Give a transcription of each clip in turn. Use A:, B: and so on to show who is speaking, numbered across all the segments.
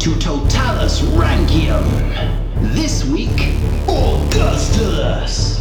A: to Totalis Rankium. This week, Augustus.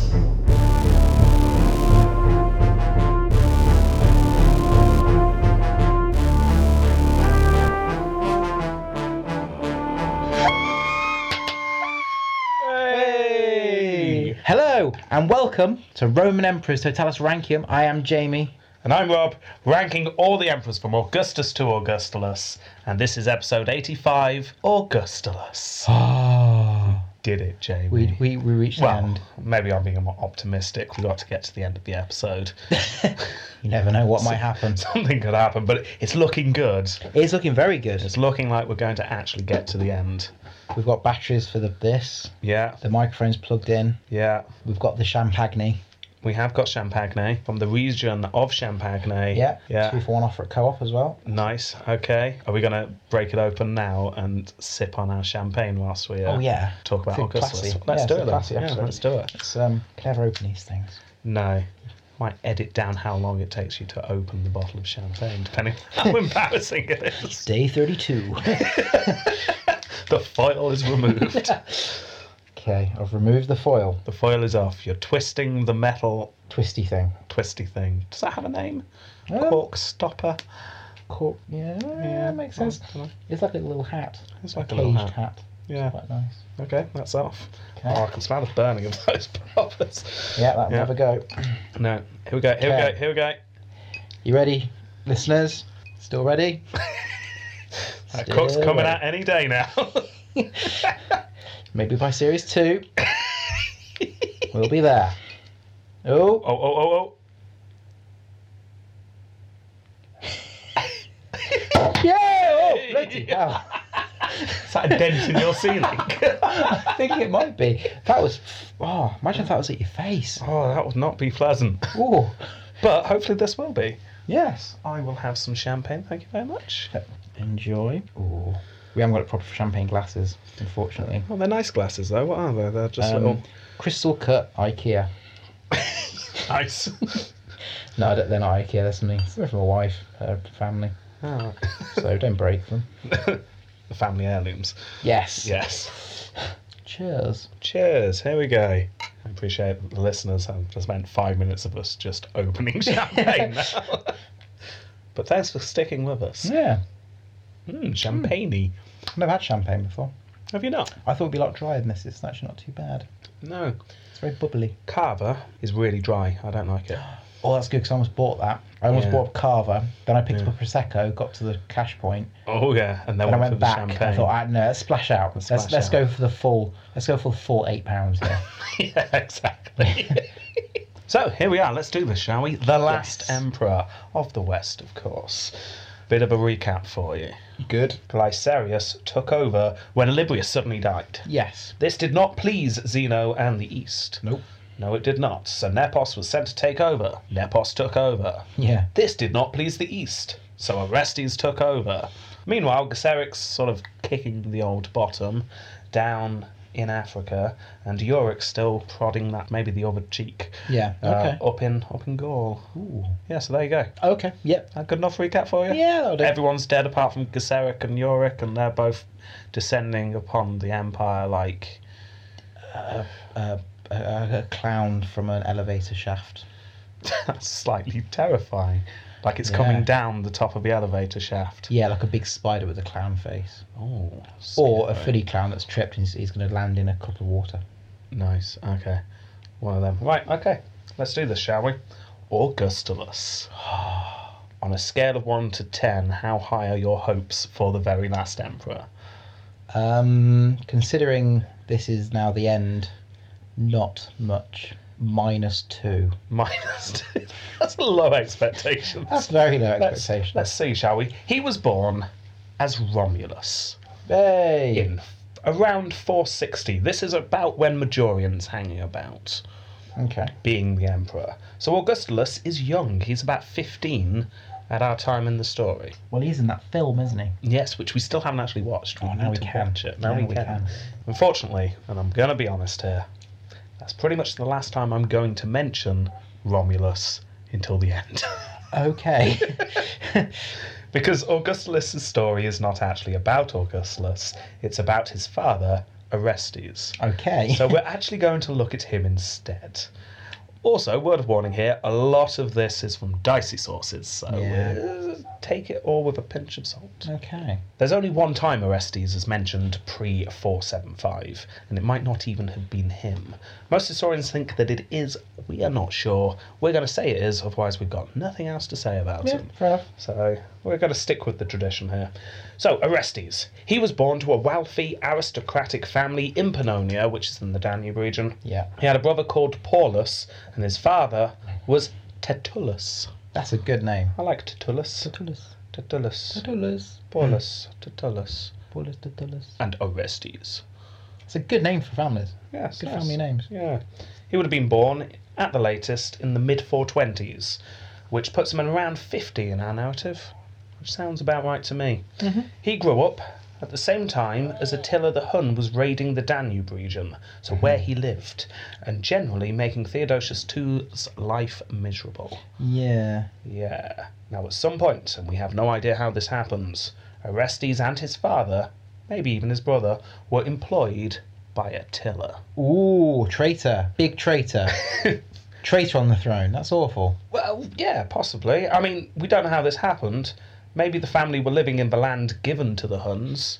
B: Hello and welcome to Roman Emperors Totalis Rankium. I am Jamie.
C: And I'm Rob, ranking all the emperors from Augustus to Augustulus. And this is episode 85 Augustulus.
B: Oh,
C: Did it, Jamie?
B: we, we, we reached
C: Ah. well,
B: the end.
C: maybe I'm being more optimistic. We've got to get to the end of the episode.
B: You never know what might happen.
C: Something could happen, but it's looking good.
B: It's looking very good.
C: It's looking like we're going to actually get to the end.
B: We've got batteries for the this.
C: Yeah,
B: The microphone's plugged in.
C: yeah.
B: We've got the champagne.
C: We have got Champagne from the region of Champagne.
B: Yeah. Two
C: Yeah.
B: for one offer at co-op as well.
C: Nice. Okay. Are we going to break it open now and sip on our champagne whilst we uh,
B: Oh yeah.
C: talk about
B: Feel
C: Augustus?
B: classy.
C: Let's
B: Yeah,
C: do
B: feel
C: it. then.
B: classy,
C: Yeah,
B: absolutely.
C: let's do it.
B: It's um can never open these things.
C: No. Might edit down how long it takes you to open the bottle of champagne, depending on how embarrassing it is.
B: Day thirty-two.
C: The foil is removed.
B: okay, I've removed the foil.
C: the foil is off. You're twisting the metal
B: Twisty thing.
C: twisty thing. Does that have a name?
B: Um,
C: Cork stopper.
B: Cork. Yeah,
C: Yeah,
B: makes sense.
C: dunno.
B: It's like a little hat.
C: It's like a
B: caged
C: little hat.
B: It's
C: Yeah.
B: Quite nice.
C: Okay, that's off.
B: Okay.
C: Oh, I can smell the burning of those poppers.
B: Yeah, that'll
C: Yeah.
B: never go.
C: No. Here we go. Here we
B: Okay.
C: go. Here we go. Uh,
B: You ready, listeners? Still ready?
C: That
B: Still
C: cook's coming
B: ready.
C: out any day now. Oh,
B: Maybe by series two, we'll be there. Oh,
C: oh, oh, oh, oh.
B: yeah! Oh, bloody hell.
C: Is that a dent in your ceiling?
B: I think it might be. That was. Oh, imagine if that was at your face.
C: oh, that would not be pleasant.
B: Oh,
C: But hopefully this will be.
B: yes.
C: I will have some champagne, thank you very much.
B: Enjoy. Oh, we haven't got it proper for champagne glasses, unfortunately.
C: Well, they're nice glasses though. What are they? They're just
B: Um,
C: little.
B: Crystal cut IKEA.
C: Nice.
B: No, I don't- they're not IKEA. They're something. They're from my wife, her family.
C: Ah.
B: So don't break them.
C: the family heirlooms.
B: Yes.
C: Yes.
B: Cheers.
C: Cheers. Here we go. I appreciate the listeners have just spent five minutes of us just opening champagne now. but thanks for sticking with us.
B: Yeah.
C: Mm, champagne
B: I've never had champagne before.
C: Have you not?
B: I thought it'd be like dry in this. It's actually not too bad.
C: No.
B: It's very bubbly.
C: Carver is really dry. I don't like it.
B: Oh, that's good because I almost bought that. I almost
C: Yeah.
B: bought a carver. Then I picked
C: Yeah.
B: up a prosecco, got to the cash point,
C: Oh yeah, and then
B: and
C: went, for
B: I went
C: the
B: back.
C: champagne.
B: I thought, ah, no, let's splash out. Let's let's,
C: splash out.
B: go for the full. Let's go for the full eight pounds here.
C: yeah, exactly. "Ah." so here we are. Let's do this, shall we? The last
B: Yes.
C: emperor of the West, of course. Bit of a recap for you.
B: good.
C: Glycerius took over when Librius suddenly died.
B: Yes.
C: This did not please Zeno and the East.
B: Nope.
C: No, it did not. So Nepos was sent to take over. Nepos took over.
B: Yeah.
C: This did not please the East, so Orestes took over. Meanwhile, Gaseric's sort of kicking the old bottom down in Africa, and Euric still prodding that maybe the other cheek.
B: Yeah.
C: uh,
B: Okay.
C: up in up in Gaul.
B: Ooh.
C: Yeah, so there you go.
B: Okay. Yep.
C: That good enough recap for you?
B: Yeah, that'll do.
C: Everyone's dead apart from Gaseric and Euric, and they're both descending upon the empire like
B: Uh, a, a a clown from an elevator shaft.
C: that's slightly terrifying. Like it's
B: Yeah.
C: coming down the top of the elevator shaft.
B: Yeah, like a big spider with a clown face,
C: Oh,
B: or a
C: scary.
B: footy clown that's tripped and he's- he's going to land in a cup of water.
C: Nice. Okay. One of them. Right. Okay. Let's do this, shall we? Augustulus. On a scale of 1 to 10, how high are your hopes for the very last emperor?
B: Um, considering this is now the end, not much. Minus two.
C: Minus 2. That's low expectations.
B: That's very low
C: Let's,
B: expectation.
C: let's see, shall we? He was born as Romulus
B: hey,
C: in around 460. This is about when Majorian's hanging about.
B: okay.
C: being the emperor. So Augustulus is young. He's about 15 at our time in the story.
B: Well, he's in that film, isn't he?
C: Yes, which we still haven't actually watched. We
B: Oh, now
C: need
B: we
C: to
B: can.
C: watch it. Now,
B: Now
C: we,
B: we
C: can.
B: can.
C: Unfortunately, and I'm going to be honest here, that's pretty much the last time I'm going to mention Romulus until the end.
B: Okay.
C: Because Augustulus' story is not actually about Augustulus, it's about his father, Orestes.
B: Okay.
C: So we're actually going to look at him instead. Also, word of warning here: a lot of this is from dicey sources, so
B: Yeah.
C: uh, take it all with a pinch of salt.
B: okay.
C: There's only one time Orestes is mentioned pre 475, and it might not even have been him. Most historians think that it is. We are not sure. We're going to say it is, otherwise we've got nothing else to say about
B: Yeah,
C: him.
B: fair enough.
C: So we're going to stick with the tradition here. So Orestes, he was born to a wealthy aristocratic family in Pannonia, which is in the Danube region.
B: Yeah.
C: He had a brother called Paulus, and his father was Tertullus.
B: That's a good name.
C: I like Tertullus.
B: Tutulus.
C: Tertullus.
B: Tutulus.
C: Paulus. Tertullus.
B: Paulus Tutulus.
C: And Orestes.
B: It's a good name for families.
C: Yes.
B: Good
C: yes.
B: family names.
C: Yeah. He would have been born at the latest in the mid 420s, which puts him at around 50 in our narrative, which sounds about right to me.
B: Mm-hmm.
C: He grew up at the same time as Attila the Hun was raiding the Danube region, so where he lived, and generally making Theodosius II's life miserable.
B: Yeah.
C: Yeah. Now, at some point, and we have no idea how this happens, Orestes and his father, maybe even his brother, were employed by Attila.
B: Ooh, traitor. Big traitor. traitor on the throne. That's awful.
C: Well, yeah, possibly. I mean, we don't know how this happened. Maybe the family were living in the land given to the Huns,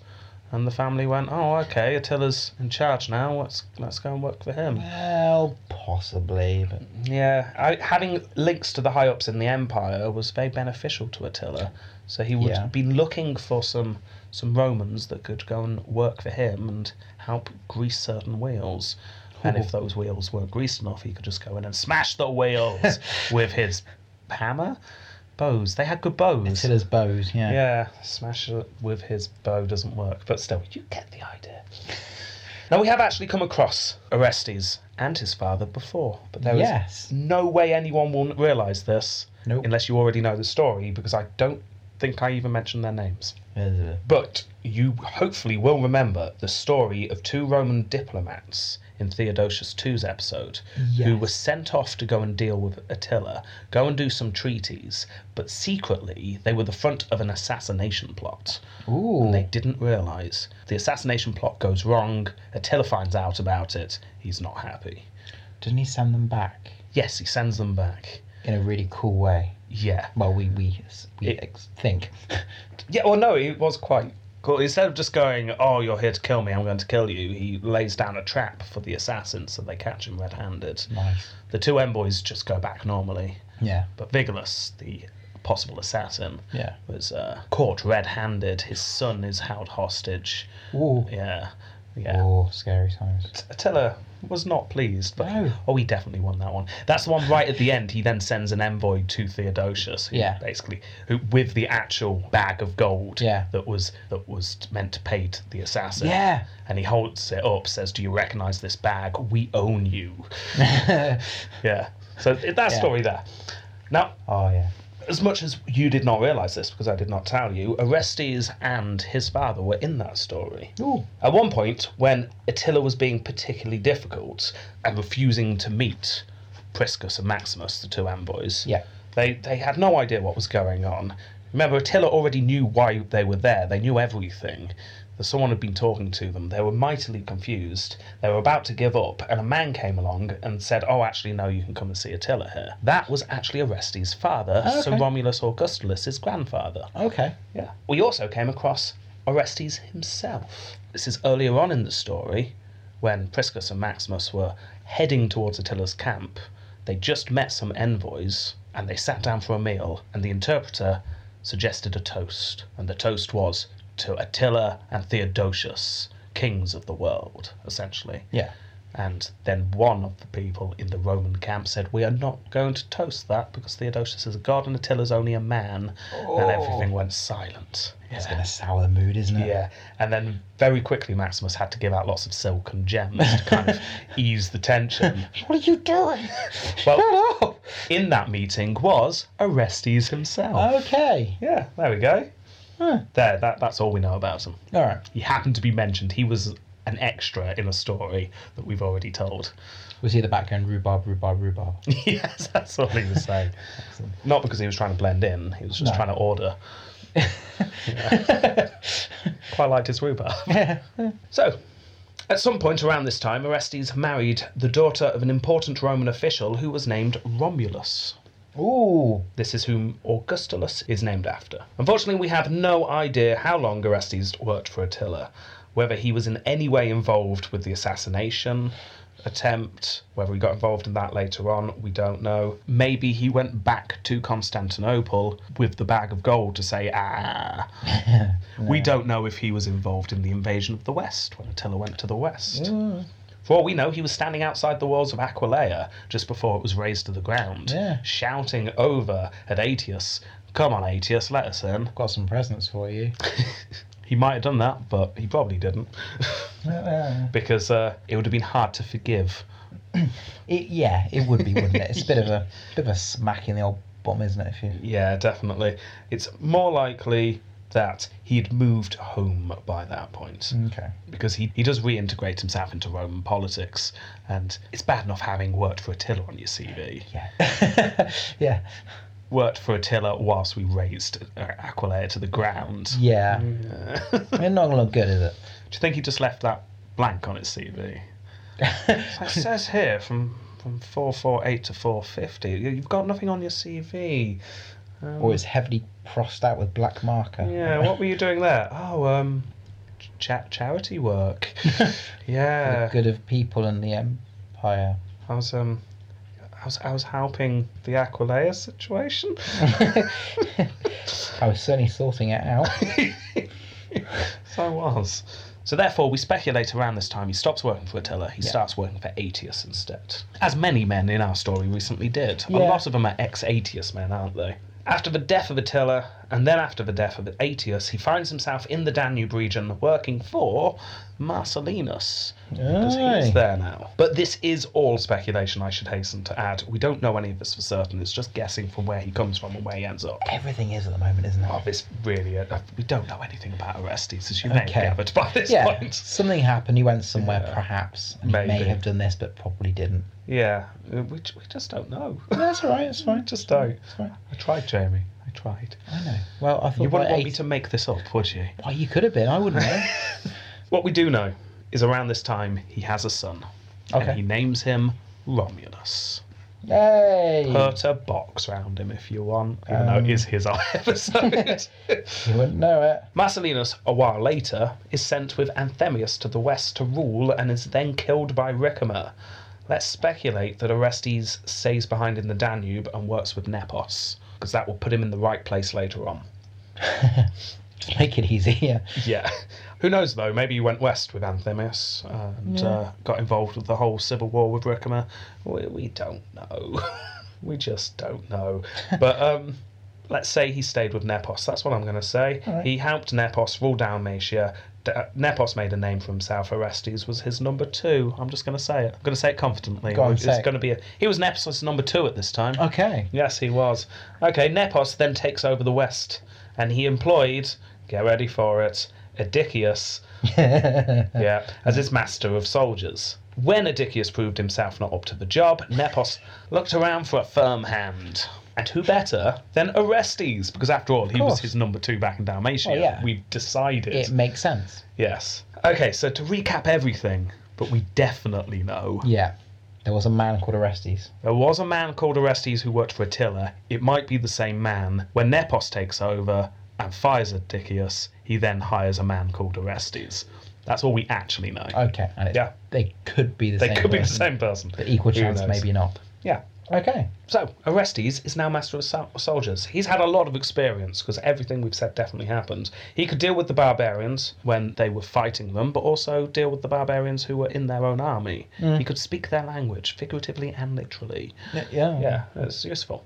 C: and the family went, "Oh, okay, Attila's in charge now. Let's let's go and work for him."
B: Well, possibly, but
C: Yeah, I, having links to the high ups in the empire was very beneficial to Attila, so he would
B: Yeah.
C: be looking for some some Romans that could go and work for him and help grease certain wheels. And if those wheels weren't greased enough, he could just go in and smash the wheels with his hammer, bows. They had good bows.
B: Attila's bows. Yeah.
C: Yeah, smash it with his bow doesn't work, but still, you get the idea. Now, we have actually come across Orestes and his father before, but there is
B: Yes.
C: no way anyone will realise this
B: Nope.
C: unless you already know the story, because I don't think I even mentioned their names.
B: Uh,
C: But you hopefully will remember the story of two Roman diplomats in Theodosius II's episode who
B: Yes.
C: were sent off to go and deal with Attila, go and do some treaties, but secretly they were the front of an assassination plot.
B: Ooh.
C: They didn't realise. The assassination plot goes wrong, Attila finds out about it, he's not happy.
B: Doesn't he send them back
C: Yes, he sends them back.
B: in a really cool way?
C: Yeah.
B: Well, we we we
C: It-
B: ex- think.
C: Yeah, well, no, he was quite cool. Instead of just going, oh, you're here to kill me, I'm going to kill you, he lays down a trap for the assassins so they catch him red handed.
B: Nice.
C: The two envoys just go back normally,
B: Yeah.
C: but Vigilus, the possible assassin,
B: Yeah.
C: was uh, caught red handed. His son is held hostage.
B: Ooh.
C: Yeah, yeah.
B: Ooh, scary times.
C: Attila was not pleased, but
B: No.
C: oh, he definitely won that one. That's the one right at the end. He then sends an envoy to Theodosius, who
B: Yeah.
C: basically who, with the actual bag of gold
B: Yeah.
C: that was that was meant to pay to the assassin.
B: Yeah.
C: and he holds it up, says, "Do you recognise this bag? We own you." yeah, so that story there. Now,
B: Oh yeah.
C: as much as you did not realise this because I did not tell you, Orestes and his father were in that story.
B: Ooh.
C: At one point, when Attila was being particularly difficult and refusing to meet Priscus and Maximus, the two envoys,
B: Yeah.
C: they, they had no idea what was going on. Remember, Attila already knew why they were there, they knew everything. That someone had been talking to them. They were mightily confused. They were about to give up, and a man came along and said, Oh, actually, no, you can come and see Attila here. That was actually Orestes' father,
B: Oh,
C: so
B: okay.
C: Romulus Augustulus' grandfather.
B: Okay.
C: Yeah. We also came across Orestes himself. This is earlier on in the story when Priscus and Maximus were heading towards Attila's camp. They just met some envoys and they sat down for a meal, and the interpreter suggested a toast. And the toast was to Attila and Theodosius, kings of the world, essentially.
B: Yeah.
C: And then one of the people in the Roman camp said, We are not going to toast that because Theodosius is a god and Attila's only a man. And everything went silent.
B: It's gonna sour the mood, isn't it?
C: Yeah. And then very quickly, Maximus had to give out lots of silk and gems to kind of ease the tension.
B: What are you doing?
C: Well,
B: Shut up.
C: in that meeting was Orestes himself.
B: Oh. Okay.
C: Yeah, there we go.
B: Huh.
C: There, that, that's all we know about him.
B: All right.
C: He happened to be mentioned. He was an extra in a story that we've already told.
B: Was he the back going rhubarb, rhubarb, rhubarb?
C: yes, that's all he was saying. Not because he was trying to blend in, he was just
B: No.
C: trying to order. Quite liked his rhubarb.
B: yeah.
C: So, at some point around this time, Orestes married the daughter of an important Roman official who was named Romulus.
B: Ooh.
C: This is whom Augustulus is named after. Unfortunately, we have no idea how long Orestes worked for Attila, whether he was in any way involved with the assassination attempt, whether he got involved in that later on, we don't know. Maybe he went back to Constantinople with the bag of gold to say, ah. We don't know if he was involved in the invasion of the West when Attila went to the West. For all we know, he was standing outside the walls of Aquileia just before it was razed to the ground,
B: Yeah.
C: shouting over at Aetius, Come on, Aetius, let us in.
B: Got some presents for you.
C: He might have done that, but he probably didn't,
B: Uh,
C: because uh, it would have been hard to forgive.
B: it, yeah, it would be, wouldn't it? It's a bit of a bit of a smack in the old bottom, isn't it? If you
C: Yeah, definitely. It's more likely that he'd moved home by that point.
B: okay.
C: because he, he does reintegrate himself into Roman politics, and it's bad enough having worked for Attila on your CV.
B: Yeah. yeah.
C: Worked for Attila whilst we razed uh, Aquileia to the ground.
B: Yeah.
C: Uh, do
B: It's not gonna look good, is it?
C: you think he just left that blank on his CV? it says here from from 448 to 450. You- You've got nothing on your CV.
B: Or it's heavily crossed out with black marker.
C: Um, Yeah, what were you doing there? Oh, um, cha- charity work.
B: For
C: Yeah.
B: the good of people and the empire.
C: I was um, I was I was helping the Aquileia situation.
B: I was certainly sorting it out.
C: so I was. So therefore, we speculate around this time he stops working for Attila. He
B: Yeah.
C: starts working for Aetius instead, as many men in our story recently did. A
B: Yeah.
C: lot of them are ex-Aetius men, aren't they? After the death of Attila, and then after the death of Aetius, he finds himself in the Danube region working for Marcellinus. because
B: Aye.
C: he's there now. But this is all speculation, I should hasten to add. We don't know any of this for certain. It's just guessing from where he comes from and where he ends up.
B: Everything is at the moment, isn't it?
C: Oh, this really, uh, we don't know anything about Orestes, as you may have
B: Okay.
C: gathered by this
B: yeah.
C: point.
B: Something happened. He went somewhere,
C: Yeah.
B: perhaps. And He may
C: Maybe.
B: have done this, but probably didn't.
C: Yeah, uh, we, j- we just don't know.
B: That's all right. It's
C: I just don't.
B: It's fine.
C: I tried, Jamie. I tried.
B: I know. Well, I thought
C: You wouldn't
B: by
C: want me
B: eight-
C: to make this up, would you?
B: Why you could have been? I wouldn't know.
C: What we do know is around this time, he has a son.
B: Okay.
C: And he names him Romulus.
B: Yay!
C: Put a box round him if you want, even though
B: Hmm. Um.
C: it is his episode.
B: You wouldn't know it.
C: Marcellinus, a while later, is sent with Anthemius to the west to rule and is then killed by Ricimer. Let's speculate that Orestes stays behind in the Danube and works with Nepos, because that will put him in the right place later on.
B: Just make it easier.
C: Yeah. Who knows though? Maybe he went west with Anthemius and uh, got involved with the whole civil war with Ricimer. We, we don't know. we just don't know. But um, let's say he stayed with Nepos. That's what I'm going to say.
B: All right.
C: He helped Nepos rule Dalmatia. D- uh, Nepos made a name for himself. Orestes was his number two. I'm just going to say it. I'm going to say it confidently.
B: Go on,
C: it's
B: say it.
C: going to be. A, he was Nepos' number two at this time.
B: Okay.
C: Yes, he was. Okay, Nepos then takes over the West, and he employed, get ready for it, Odysseus, yeah, as his master of soldiers. When Odysseus proved himself not up to the job, Nepos looked around for a firm hand. And who better than Orestes? Because after all, he was
B: course.
C: his number two back in Dalmatia.
B: Well, yeah.
C: We've decided.
B: it makes sense.
C: Yes. Okay, so to recap everything, but we definitely know
B: Yeah. There was a man called Orestes.
C: there was a man called Orestes who worked for Attila. It might be the same man. When Nepos takes over and fires Odysseus, he then hires a man called Orestes. That's all we actually know.
B: Okay. And it,
C: Yeah.
B: They could be the
C: they
B: same.
C: could be the
B: person,
C: same person.
B: But equal
C: Who
B: chance,
C: knows?
B: maybe not.
C: Yeah.
B: Okay.
C: So Orestes is now master of sol- soldiers. He's had a lot of experience because everything we've said definitely happened. He could deal with the barbarians when they were fighting them, but also deal with the barbarians who were in their own army.
B: Mm.
C: He could speak their language, figuratively and literally.
B: Yeah.
C: Yeah, it's useful.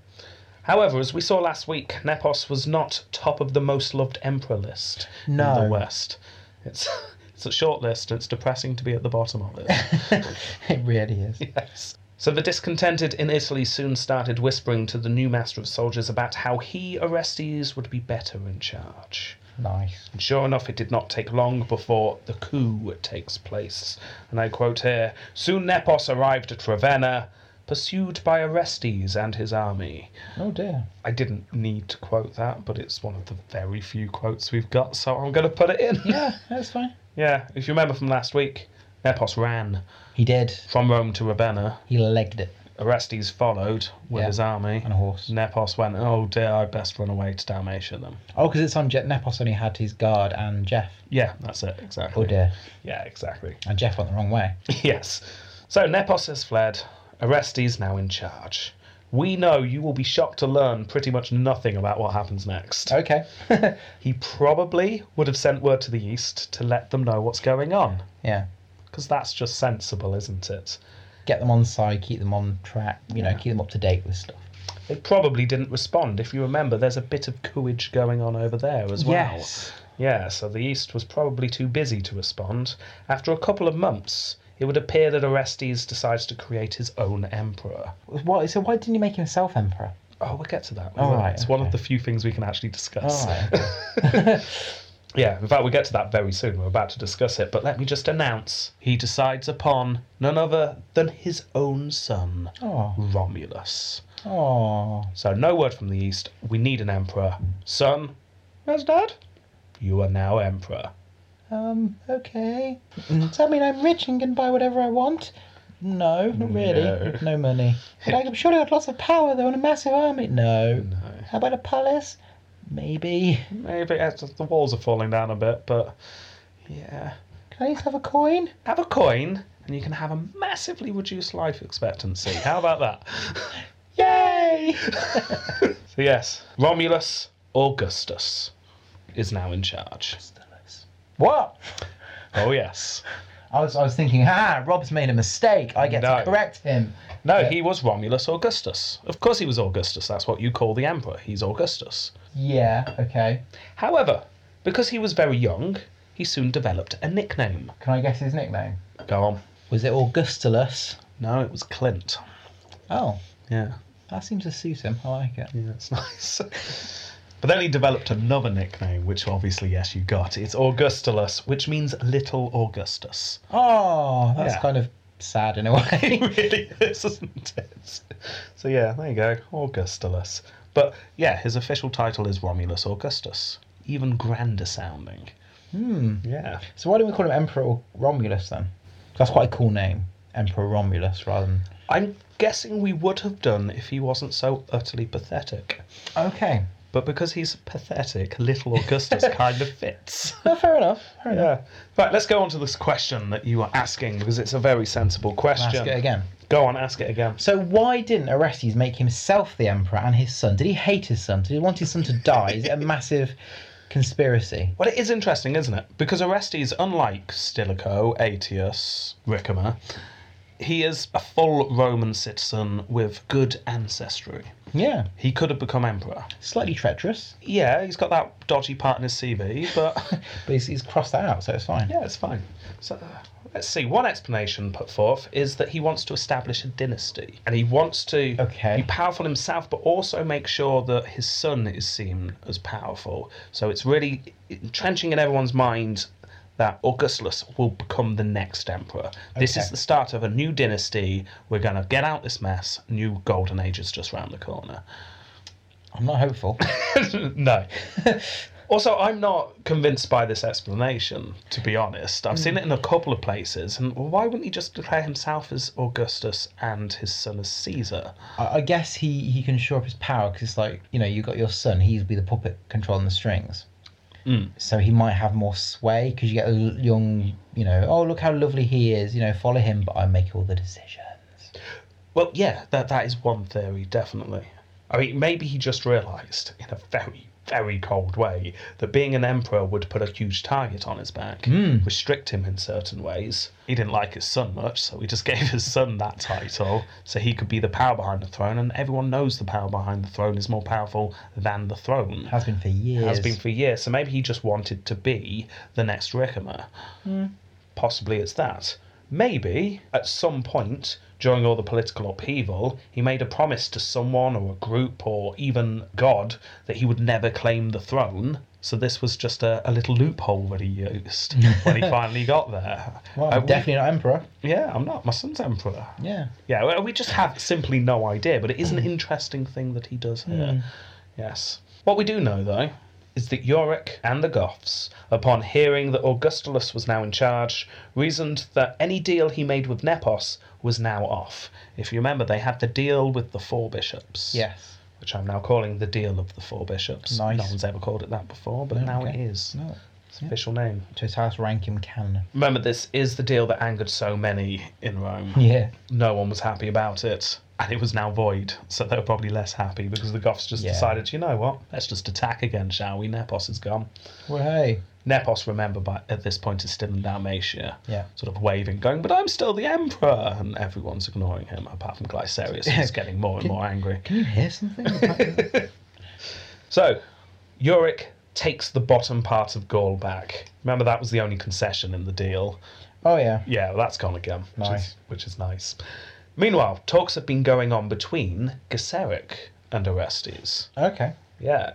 C: However, as we saw last week, Nepos was not top of the most loved emperor list in
B: No.
C: the West. It's it's a short list, and it's depressing to be at the bottom of it.
B: It really is.
C: yes. So the discontented in Italy soon started whispering to the new master of soldiers about how he, Orestes, would be better in charge.
B: Nice.
C: And sure enough, it did not take long before the coup takes place. And I quote here Soon Nepos arrived at Ravenna, pursued by Orestes and his army.
B: Oh dear.
C: I didn't need to quote that, but it's one of the very few quotes we've got, so I'm going to put it in.
B: Yeah, that's fine.
C: yeah, if you remember from last week, Nepos ran
B: He did.
C: from Rome to Ravenna.
B: He legged it
C: Orestes followed with
B: Yeah.
C: his army.
B: on a horse.
C: Nepos went, oh dear, I best run away to Dalmatia then.
B: Oh, because it's on Jet. Nepos only had his guard and Jeff.
C: Yeah, that's it,
B: Oh
C: exactly.
B: dear.
C: Yeah, exactly.
B: And Jeff went the wrong way.
C: Yes. So Nepos has fled. Orestes now in charge. We know you will be shocked to learn pretty much nothing about what happens next.
B: Okay.
C: He probably would have sent word to the east to let them know what's going on,
B: yeah.
C: because that's just sensible, isn't it?
B: Get them on side, keep them on track, you know,
C: Yeah.
B: keep them up to date with stuff.
C: They probably didn't respond. If you remember, there's a bit of cooage going on over there as well. Yeah, so the East was probably too busy to respond. After a couple of months, it would appear that Orestes decides to create his own emperor.
B: What, so why didn't he make himself emperor?
C: Oh, we'll get to that.
B: All right,
C: It's one of
B: okay.
C: the few things we can actually discuss.
B: All right.
C: Yeah, in fact, we'll get to that very soon. We're about to discuss it, but let me just announce he decides upon none other than his own son,
B: oh.
C: Romulus.
B: Oh.
C: So, no word from the East. We need an emperor. Son, where's dad? You are now emperor.
B: Um, okay. Does that mean I'm rich and can buy whatever I want? No, not really.
C: No.
B: No money. But I'm sure I had lots of power though and a massive army. No.
C: No.
B: How about a palace? Maybe.
C: Maybe it's just the walls are falling down a bit, but yeah.
B: Can I just have a coin?
C: Have a coin, and you can have a massively reduced life expectancy. How about that?
B: Yay!
C: So yes, Romulus Augustus is now in charge.
B: what?
C: Oh yes.
B: I was, I was thinking, ah, Rob's made a mistake. I get
C: No.
B: to correct him.
C: No, he was Romulus Augustus. Of course he was Augustus. That's what you call the emperor. He's Augustus.
B: Yeah, okay.
C: However, because he was very young, he soon developed a nickname.
B: Can I guess his nickname?
C: Go on.
B: Was it Augustulus?
C: No, it was Clint.
B: Oh,
C: Yeah.
B: that seems to suit him. I like it.
C: Yeah, that's nice. But then he developed another nickname, which obviously, yes, you got. It's Augustulus, which means Little Augustus.
B: Oh, that's
C: Yeah.
B: kind of sad in a way.
C: it really is, isn't it? So yeah, there you go, Augustulus. But yeah, his official title is Romulus Augustus. Even grander sounding.
B: hmm.
C: Yeah.
B: So why don't we call him Emperor Romulus then? 'Cause That's quite a cool name, Emperor Romulus, rather than.
C: I'm guessing we would have done if he wasn't so utterly pathetic.
B: Okay.
C: But because he's pathetic, little Augustus kind of fits.
B: No, fair enough. Fair enough.
C: Yeah. Right, let's go on to this question that you are asking because it's a very sensible
B: Ask
C: question.
B: it again.
C: Go on, ask it again.
B: So why didn't Orestes make himself the emperor and his son? Did he hate his son? Did he want his son to die? Is it a massive conspiracy?
C: Well, it is interesting, isn't it? Because Orestes, unlike Stilicho, Aetius, Ricimer, he is a full Roman citizen with good ancestry.
B: Yeah.
C: He could have become emperor.
B: Slightly treacherous,
C: Yeah, he's got that dodgy part in his CV, but
B: but he's, he's crossed that out, so it's fine.
C: yeah, it's fine. So uh, let's see. One explanation put forth is that he wants to establish a dynasty, and he wants to
B: Okay.
C: be powerful himself, but also make sure that his son is seen as powerful. So it's really entrenching in everyone's mind that Augustulus will become the next emperor. This
B: Okay.
C: is the start of a new dynasty. We're gonna get out this mess. New golden age is just round the corner.
B: I'm not hopeful.
C: no. also, I'm not convinced by this explanation, to be honest. I've seen it in a couple of places, and well, why wouldn't he just declare himself as Augustus and his son as Caesar?
B: I, I guess he, he can shore up his power because it's like, you know, you got your son, he'd be the puppet controlling the strings.
C: Mm.
B: So he might have more sway because you get a l- young, you know, oh, look how lovely he is, you know, follow him, but I make all the decisions.
C: Well, yeah, that that is one theory, definitely. I mean, maybe he just realised in a very, very cold way that being an emperor would put a huge target on his back,
B: Mm.
C: restrict him in certain ways. He didn't like his son much, so he just gave his son that title so he could be the power behind the throne, and everyone knows the power behind the throne is more powerful than the throne.
B: Has been for years.
C: Has been for years, so
B: Hmm.
C: maybe he just wanted to be the next Ricimer. Possibly it's that. Maybe at some point during all the political upheaval, he made a promise to someone or a group or even God that he would never claim the throne. So this was just a, a little loophole that he used when he finally got there.
B: Well,
C: Uh,
B: I'm
C: we-
B: definitely not emperor.
C: yeah, I'm not. My son's emperor.
B: Yeah.
C: Yeah, well, we just have simply no idea, but it is an
B: Mm.
C: interesting thing that he does here. Yes. What we do know, though, is that Yorick and the Goths, upon hearing that Augustulus was now in charge, reasoned that any deal he made with Nepos was now off. If you remember, they had the deal with the four bishops.
B: Yes.
C: Which I'm now calling the deal of the four bishops.
B: Nice.
C: No one's ever called it that before, but
B: No,
C: now
B: okay.
C: it is.
B: No.
C: It's official name.
B: To his house, rank him canon.
C: Remember, this is the deal that angered so many in Rome
B: Yeah.
C: no one was happy about it, and it was now void. So they were probably less happy because the Goths just
B: Yeah.
C: decided, you know what, let's just attack again, shall we? Nepos is gone.
B: Well, hey.
C: Nepos, remember, by, at this point, is still in Dalmatia,
B: Yeah.
C: sort of waving, going, but I'm still the emperor, and everyone's ignoring him, apart from Glycerius, who's getting more and more angry.
B: Can you hear something? Apparently-
C: So, Yorick takes the bottom part of Gaul back. Remember, that was the only concession in the deal.
B: oh yeah.
C: Yeah, well, that's gone again. Which
B: Nice.
C: Is, which is nice. Meanwhile, talks have been going on between Gesseric and Orestes.
B: Okay.
C: Yeah.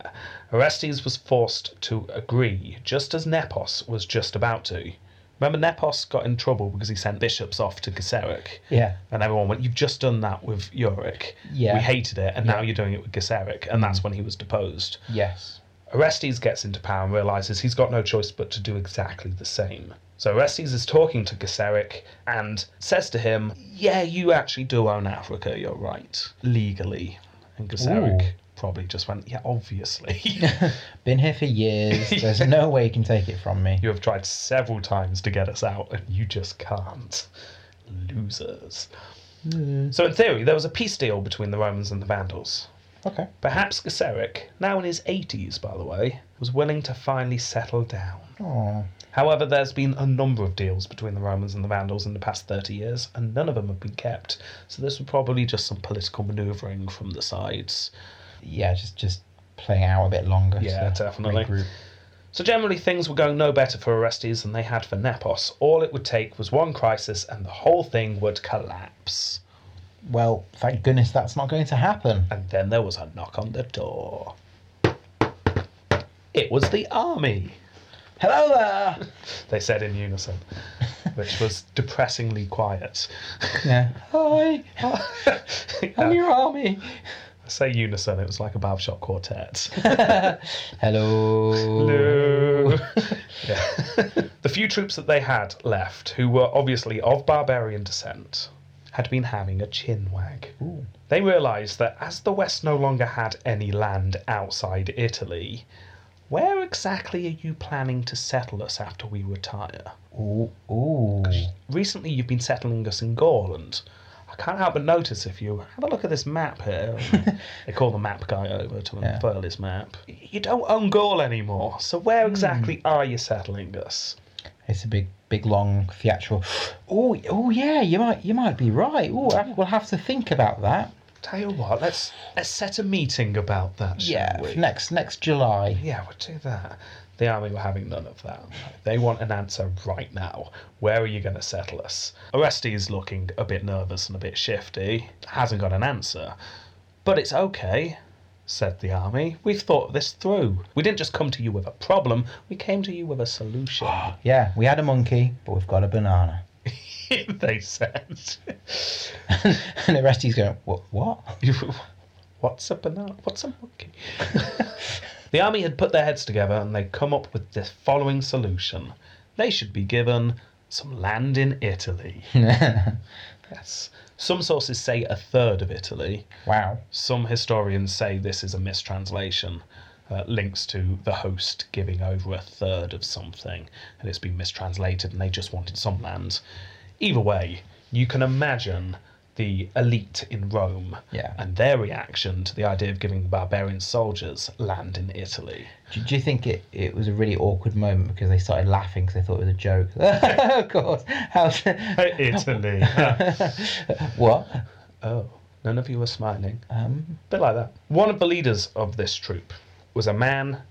C: Orestes was forced to agree, just as Nepos was just about to. Remember, Nepos got in trouble because he sent bishops off to Gesseric.
B: Yeah.
C: And everyone went, You've just done that with Yorick.
B: Yeah. Mm.
C: We hated it, and now you're doing it with Gesseric. And that's when he was deposed.
B: Yes.
C: Orestes gets into power and realizes he's got no choice but to do exactly the same. So Orestes is talking to Gesseric and says to him, Yeah, you actually do own Africa, you're right, legally. And Gesseric
B: Ooh.
C: probably just went, Yeah, obviously.
B: Been here for years. There's no way you can take it from me.
C: you have tried several times to get us out and you just can't. Losers. So, in theory, there was a peace deal between the Romans and the Vandals.
B: Okay.
C: Perhaps Gesseric, now in his 80s, by the way, was willing to finally settle down.
B: Oh.
C: However, there's been a number of deals between the Romans and the Vandals in the past 30 years, and none of them have been kept. So this was probably just some political manoeuvring from the sides.
B: Yeah. Just just playing out a bit longer.
C: Yeah,
B: to
C: definitely.
B: regroup.
C: So generally, things were going no better for Orestes than they had for Nepos. All it would take was one crisis, and the whole thing would collapse.
B: Well, thank goodness that's not going to happen.
C: And then there was a knock on the door. It was the army,
B: Hello there.
C: they said in unison, which was depressingly quiet.
B: Yeah. Hi. I'm
C: Yeah.
B: your army.
C: Say unison, it was like a barbershop quartet.
B: Hello.
C: Yeah. the few troops that they had left, who were obviously of barbarian descent, had been having a chin wag. They realised that as the West no longer had any land outside Italy, where exactly are you planning to settle us after we retire?
B: Ooh. Ooh.
C: Recently, you've been settling us in Gaul, and I can't help but notice if you have a look at this map here. they call the map guy over to
B: Yeah.
C: unfurl his map. You don't own Gaul anymore, so where
B: Hmm.
C: exactly are you settling us?
B: It's a big, big, long theatrical. Oh, oh yeah, you might, you might be right. Oh, we'll have to think about that.
C: Tell you what, let's let's set a meeting about that. shall
B: Yeah,
C: we?
B: next, next July.
C: yeah, we'll do that. The army were having none of that. They want an answer right now. Where are you going to settle us? Orestes looking a bit nervous and a bit shifty. Hasn't got an answer, but it's okay. Said the army. We've thought this through. We didn't just come to you with a problem, we came to you with a solution.
B: Yeah, we had a monkey, but we've got a banana.
C: they said.
B: and Orestes going, what? What?
C: You- What's a banana? What's a monkey? the army had put their heads together and they'd come up with the following solution. They should be given some land in Italy. yes. Some sources say a third of Italy.
B: Wow.
C: Some historians say this is a mistranslation. Uh, links to the host giving over a third of something, and it's been mistranslated, and they just wanted some land. Either way, you can imagine the elite in Rome
B: Yeah.
C: and their reaction to the idea of giving the barbarian soldiers land in Italy.
B: Do, do you think it, it was a really awkward moment because they started laughing because they thought it was a joke? of course. How's
C: Italy.
B: what?
C: oh, none of you were smiling.
B: Um,
C: bit like that. One of the leaders of this troop was a man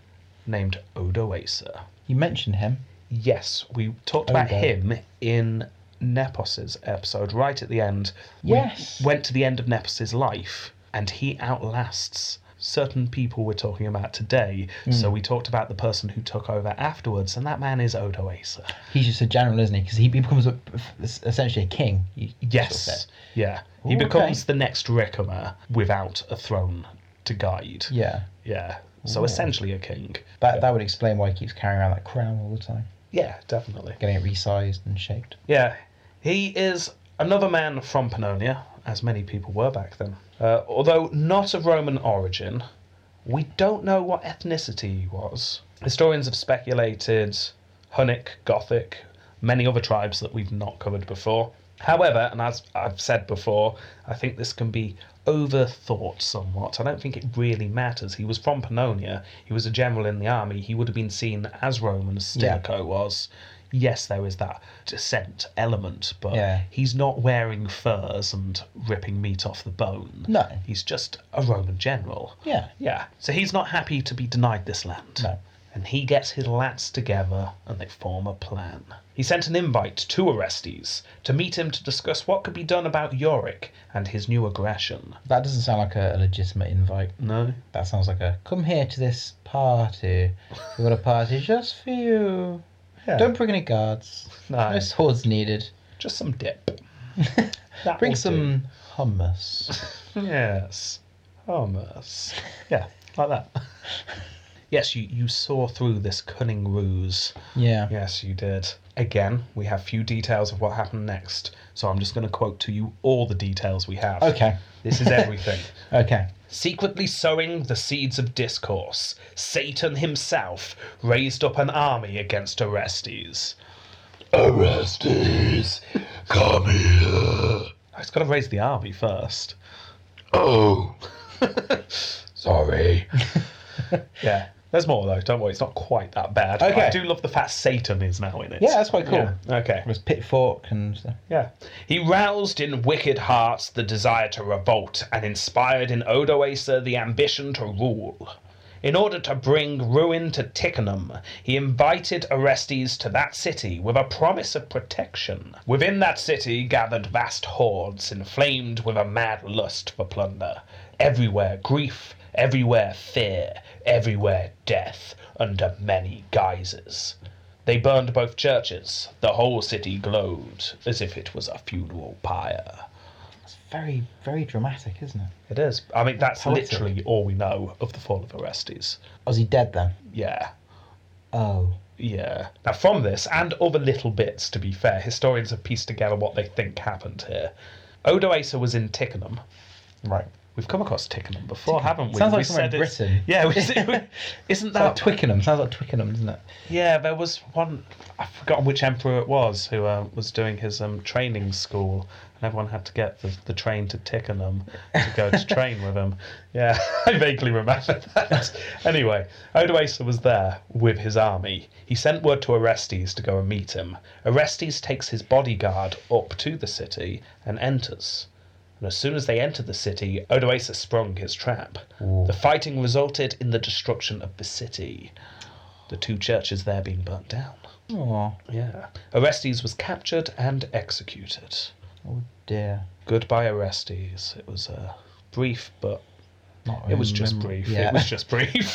C: named Odoacer.
B: you mentioned him.
C: Yes, we talked about
B: Odo.
C: him in Nepos's episode, right at the end,
B: Yes.
C: went to the end of Nepos's life, and he outlasts certain people we're talking about today.
B: Hmm.
C: So we talked about the person who took over afterwards, and that man is Odo Acer.
B: He's just a general, isn't he? Because he becomes a, essentially a king. you- you
C: Yes.
B: sort of said.
C: yeah. He
B: Ooh,
C: becomes
B: okay.
C: the next Rickimer without a throne to guide.
B: Yeah.
C: Yeah. So essentially a king.
B: That that would explain why he keeps carrying around that crown all the time,
C: Yeah, definitely.
B: getting it resized and shaped.
C: Yeah, he is another man from Pannonia, as many people were back then. Uh, although not of Roman origin, we don't know what ethnicity he was. Historians have speculated Hunnic, Gothic, many other tribes that we've not covered before. However, and as I've said before, I think this can be overthought somewhat. I don't think it really matters. He was from Pannonia, he was a general in the army, he would have been seen as Roman as
B: Yeah.
C: Stilicho was. Yes, there is that descent element, but
B: Yeah.
C: he's not wearing furs and ripping meat off the bone.
B: No.
C: He's just a Roman general.
B: Yeah.
C: Yeah. So he's not happy to be denied this land.
B: No.
C: And he gets his lads together and they form a plan. He sent an invite to Orestes to meet him to discuss what could be done about Yorick and his new aggression.
B: That doesn't sound like a, a legitimate invite.
C: No?
B: That sounds like a come here to this party. We've got a party just for you.
C: Yeah.
B: Don't bring any guards.
C: No.
B: No swords needed.
C: Just some dip. That
B: Bring
C: will
B: some hummus.
C: do. Yes. Hummus. Yeah, like that. yes, you, you saw through this cunning ruse.
B: Yeah.
C: Yes, you did. Again, we have few details of what happened next, so I'm just going to quote to you all the details we have.
B: Okay.
C: This is everything.
B: Okay.
C: Secretly sowing the seeds of discourse, Satan himself raised up an army against Orestes.
D: Orestes, come here.
C: I just got to Oh, raise the army first.
D: Oh, sorry.
C: Yeah. There's more though. Don't worry, it's not quite that bad.
B: Okay.
C: I do love the fact Satan is now in it.
B: Yeah, that's quite cool.
C: Yeah. Okay.
B: There's pitchfork and stuff.
C: Yeah. He roused in wicked hearts the desire to revolt and inspired in Odoacer the ambition to rule. In order to bring ruin to Tichenum, he invited Orestes to that city with a promise of protection. Within that city gathered vast hordes, inflamed with a mad lust for plunder. Everywhere grief, everywhere fear, everywhere death, under many guises. They burned both churches. The whole city glowed as if it was a funeral pyre.
B: It's very, very dramatic, isn't it?
C: It is. I mean, that's
B: Poetic.
C: literally all we know of the fall of Orestes.
B: Was he dead then?
C: Yeah.
B: Oh.
C: Yeah. Now, from this and other little bits, to be fair, historians have pieced together what they think happened here. Odoacer was in Tichenum.
B: Right.
C: We've come across Tichenum before, haven't we?
B: Sounds like
C: we
B: somewhere in
C: it's-
B: Britain.
C: Yeah, we, said- isn't
B: Sounds like
C: that
B: Twickenham. Sounds like Twickenham, doesn't it?
C: Yeah, there was one. I've forgotten which emperor it was who uh, was doing his um, training school, and everyone had to get the, the train to Tichenham to go to train with him. Yeah, I vaguely remember that. anyway, Odoacer was there with his army. He sent word to Orestes to go and meet him. Orestes takes his bodyguard up to the city and enters. And as soon as they entered the city, Odoacer sprung his trap. The fighting resulted in the destruction of the city the two churches there being burnt down.
B: Oh,
C: Yeah. Orestes was captured and executed.
B: oh dear.
C: Goodbye, Orestes. It was uh, brief, but
B: Not
C: it was just
B: remember-
C: brief.
B: Yeah.
C: It was just brief.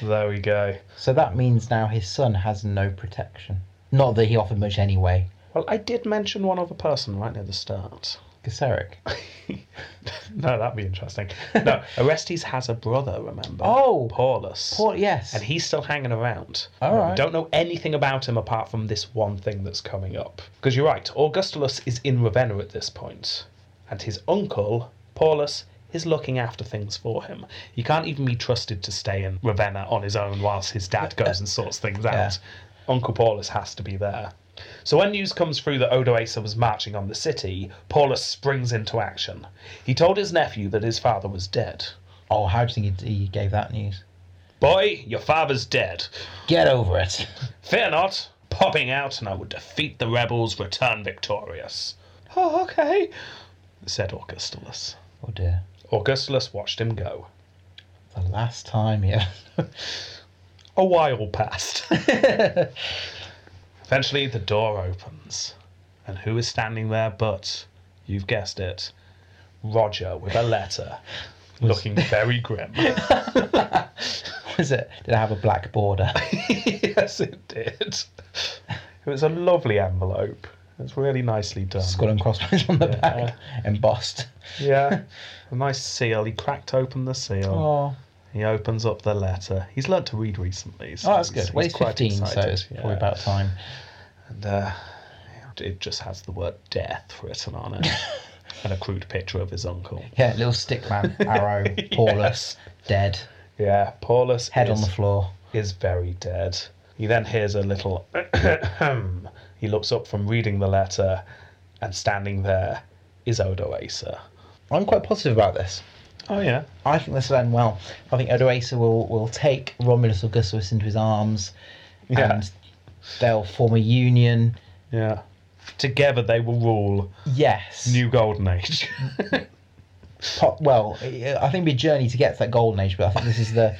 C: So there we go.
B: So that means now his son has no protection. Not that he offered much anyway.
C: Well, I did mention one other person right near the start.
B: Gesseric.
C: No, that'd be interesting. No, Orestes has a brother, remember?
B: Oh!
C: Paulus.
B: Paul, yes.
C: And he's still hanging around.
B: All right.
C: We don't know anything about him apart from this one thing that's coming up. Because you're right, Augustulus is in Ravenna at this point, and his uncle, Paulus, is looking after things for him. He can't even be trusted to stay in Ravenna on his own whilst his dad goes and sorts things out. Uncle Paulus has to be there. So when news comes through that Odoacer was marching on the city, Paulus springs into action. He told his nephew that his father was dead.
B: oh, how do you think he, he gave that news?
C: Boy, your father's dead.
B: Get over it.
C: Fear not, popping out, and I would defeat the rebels, return victorious. Oh, okay, said Augustulus.
B: Oh dear.
C: Augustulus watched him go.
B: The last time, yeah.
C: A while passed. Eventually, the door opens, And who is standing there but, you've guessed it, Roger with a letter, looking very grim.
B: Was it? Did I have a black border?
C: yes, it did. It was a lovely envelope. It's really nicely done.
B: Skull and crossbones on the
C: Yeah.
B: back, embossed.
C: Yeah, a nice seal. He cracked open the seal.
B: Oh,
C: He opens up the letter. He's learnt to read recently. So
B: oh that's
C: he's-
B: good. Well, he's
C: quite
B: 15, so
C: excited,
B: it's
C: yeah.
B: probably about time.
C: And, uh, it just has the word death written on it, and a crude picture of his uncle.
B: Yeah, little stick man, arrow, Paulus, dead,
C: Yeah, Paulus
B: head
C: is,
B: on the floor.
C: is very dead. He then hears a little. he looks up from reading the letter, and standing there is Odoacer.
B: I'm quite positive about this.
C: Oh yeah,
B: I think this will end well. I think Odoacer will, will take Romulus Augustus into his arms
C: Yeah.
B: and they'll form a union.
C: yeah. Together they will rule
B: Yes.
C: new golden age.
B: Po- well, I I think it'd be a journey to get to that golden age, but I think this is the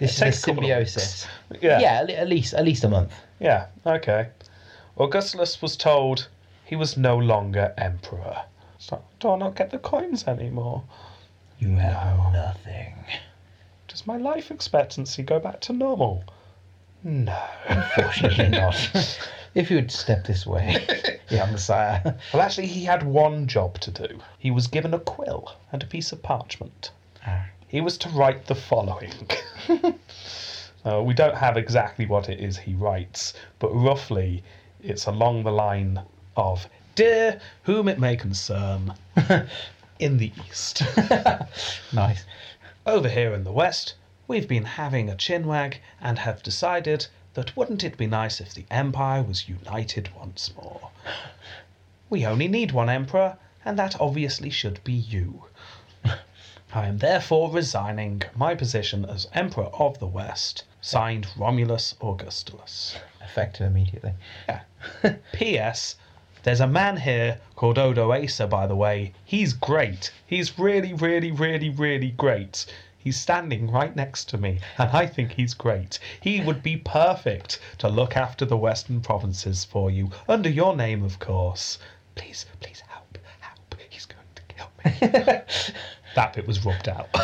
B: this is
C: takes a
B: the
C: couple of weeks.
B: symbiosis. yeah, at le- at least at least a month.
C: Yeah, okay. Augustulus was told he was no longer emperor. So, do I not get the coins anymore?
B: You have nothing.
C: Does my life expectancy go back to normal? No.
B: Fortunately not. if you would step this way, young sire.
C: Well, actually, he had one job to do. He was given a quill and a piece of parchment.
B: Ah.
C: He was to write the following. Uh, we don't have exactly what it is he writes, but roughly it's along the line of Dear whom it may concern in the East.
B: Nice.
C: Over here in the West, we've been having a chinwag and have decided that wouldn't it be nice if the Empire was united once more? We only need one Emperor, and that obviously should be you. I am therefore resigning my position as Emperor of the West, signed Romulus Augustulus.
B: Effective immediately.
C: P.S. There's a man here called Odo Acer, by the way. He's great. He's really, really, really, really great. He's standing right next to me, and I think he's great. He would be perfect to look after the Western provinces for you, under your name, of course. Please, please help, help. He's going to kill me. that bit was rubbed out.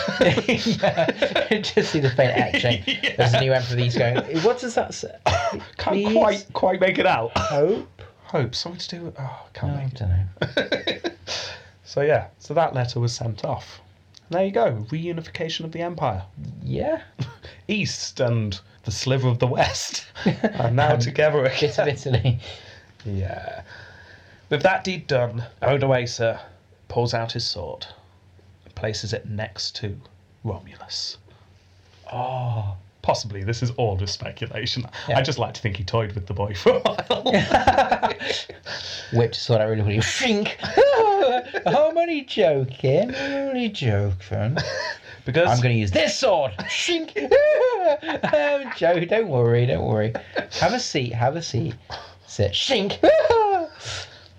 B: Just see the faint action. There's a new emperor of the East going. What does that say?
C: can't
B: Please?
C: quite, quite make it out.
B: Hope.
C: Hope something to do. with- Oh, can't
B: I
C: make it.
B: don't know.
C: So yeah, so that letter was sent off. And there you go, reunification of the empire,
B: Yeah.
C: east and the sliver of the west are now together
B: Bit of
C: again.
B: Italy.
C: Yeah. With that deed done, Odoacer pulls out his sword, and places it next to Romulus.
B: Oh.
C: Possibly, this is all just speculation.
B: Yeah.
C: I just like to think he toyed with the boy for a while.
B: Whipped sword out really really think. I'm only joking. I'm only joking.
C: because
B: I'm going to use this sword. Shink. oh, Joe, don't worry, don't worry. Have a seat, have a seat. Sit. Shink.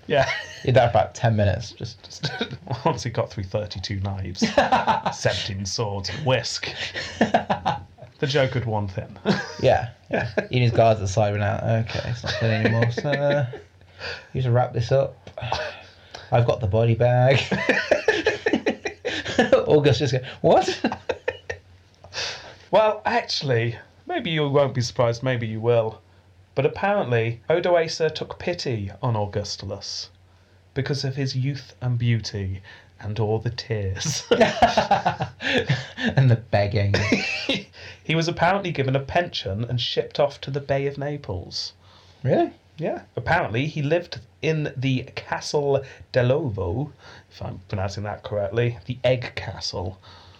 C: yeah,
B: Did that for about 10 minutes. Just
C: once he got through 32 knives, 17 swords, and whisk, the joke had one thing.
B: Yeah. yeah. Even his guards at the side went out. Okay, it's not good anymore. So, uh, you should wrap this up. I've got the body bag. August just go, what?
C: Well, actually, maybe you won't be surprised, maybe you will. But apparently, Odoacer took pity on Augustulus because of his youth and beauty and all the tears.
B: and the begging.
C: he was apparently given a pension and shipped off to the Bay of Naples.
B: Really?
C: Yeah. Apparently, he lived in the Castle Delovo, if I'm pronouncing that correctly, the Egg Castle.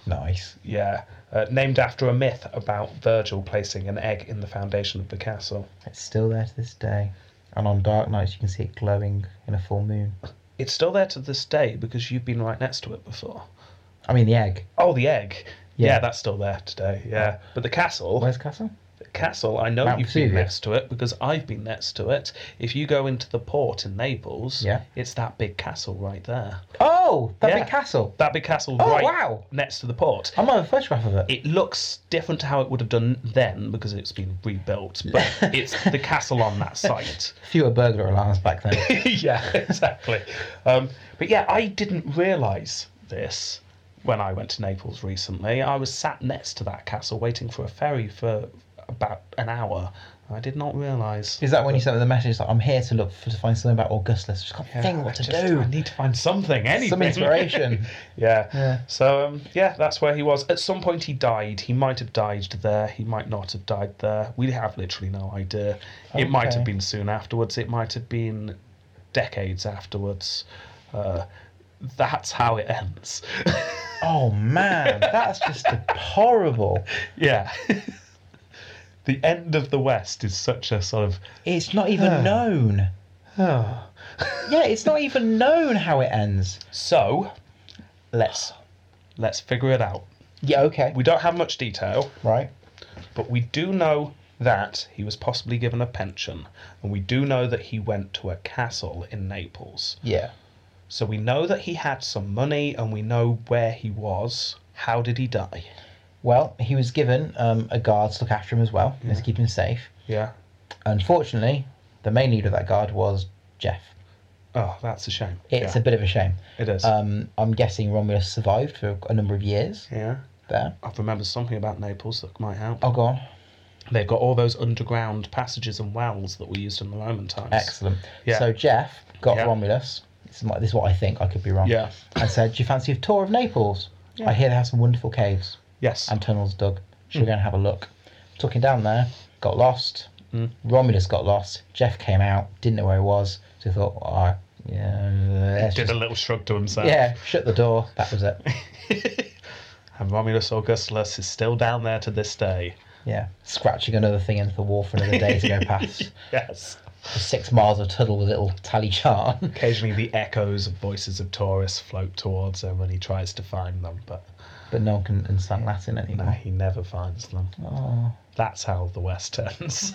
B: Nice.
C: Yeah. Uh, named after a myth about Virgil placing an egg in the foundation of the castle.
B: It's still there to this day. And on dark nights, you can see it glowing in a full moon.
C: It's still there to this day because you've been right next to it before.
B: I mean, the egg.
C: Oh, the egg. Yeah,
B: Yeah.
C: that's still there today. Yeah, but the castle,
B: Where's Castle?
C: castle, I know
B: Mount
C: you've been
B: Vesuvius.
C: next to it because I've been next to it. If you go into the port in Naples,
B: Yeah.
C: it's that big castle right there.
B: Oh, that
C: Yeah.
B: big castle.
C: That big castle
B: Oh,
C: right
B: wow.
C: next to the port.
B: I might have a photograph of it.
C: It looks different to how it would have done then because it's been rebuilt, but it's the castle on that site.
B: Fewer burglar alarms back then.
C: yeah, exactly. Um, but yeah, I didn't realise this when I went to Naples recently. I was sat next to that castle waiting for a ferry for about an hour. I did not realise.
B: Is that when you sent me the message that I'm here to look for, to find something about Augustus? Just can't
C: Yeah,
B: think what
C: I
B: to
C: just-
B: do.
C: I need to find something, anything.
B: Some inspiration.
C: yeah.
B: Yeah.
C: So um, yeah, that's where he was. At some point, he died. He might have died there. He might not have died there. We have literally no idea. It might
B: Okay.
C: have been soon afterwards. It might have been decades afterwards. Uh, that's how it ends.
B: oh man, that's just horrible.
C: yeah. the end of the West is such a sort of.
B: It's not even
C: Huh.
B: known. Yeah, it's not even known how it ends.
C: So, let's let's figure it out.
B: Yeah, okay.
C: We don't have much detail.
B: right.
C: But we do know that he was possibly given a pension, and we do know that he went to a castle in Naples.
B: Yeah.
C: So we know that he had some money, and we know where he was. How did he die?
B: Well, he was given um, a guard to look after him as well, and to keep him safe.
C: Yeah.
B: Unfortunately, the main leader of that guard was Jeff.
C: Oh, that's a shame.
B: It's
C: yeah.
B: a bit of a shame.
C: It is.
B: Um, I'm guessing Romulus survived for a number of years
C: yeah.
B: there.
C: I remember something about Naples that might help.
B: Oh, go on.
C: They've got all those underground passages and wells that were used in the Roman times.
B: Excellent.
C: Yeah.
B: So Jeff got
C: Yeah.
B: Romulus. This is, my, this is what I think. I could be wrong.
C: Yeah.
B: And said, "Do you fancy a tour of Naples?
C: Yeah.
B: I hear they have some wonderful caves
C: Yes.
B: and tunnels dug. Should
C: Mm.
B: we go and have a look?" Took him down there. Got lost.
C: Mm.
B: Romulus got lost. Jeff came out. Didn't know where he was. So he thought, "Ah, yeah, let's
C: Did
B: just-
C: a little shrug to himself.
B: yeah." Shut the door. That was it.
C: And Romulus Augustulus is still down there to this day.
B: Yeah. Scratching another thing into the wall for another day to go past.
C: Yes.
B: The six miles of tunnel with little tally chart.
C: Occasionally, the echoes of voices of tourists float towards him when he tries to find them, but
B: but no one can understand Latin
C: no,
B: anymore.
C: he never finds them.
B: Oh.
C: That's how the West ends.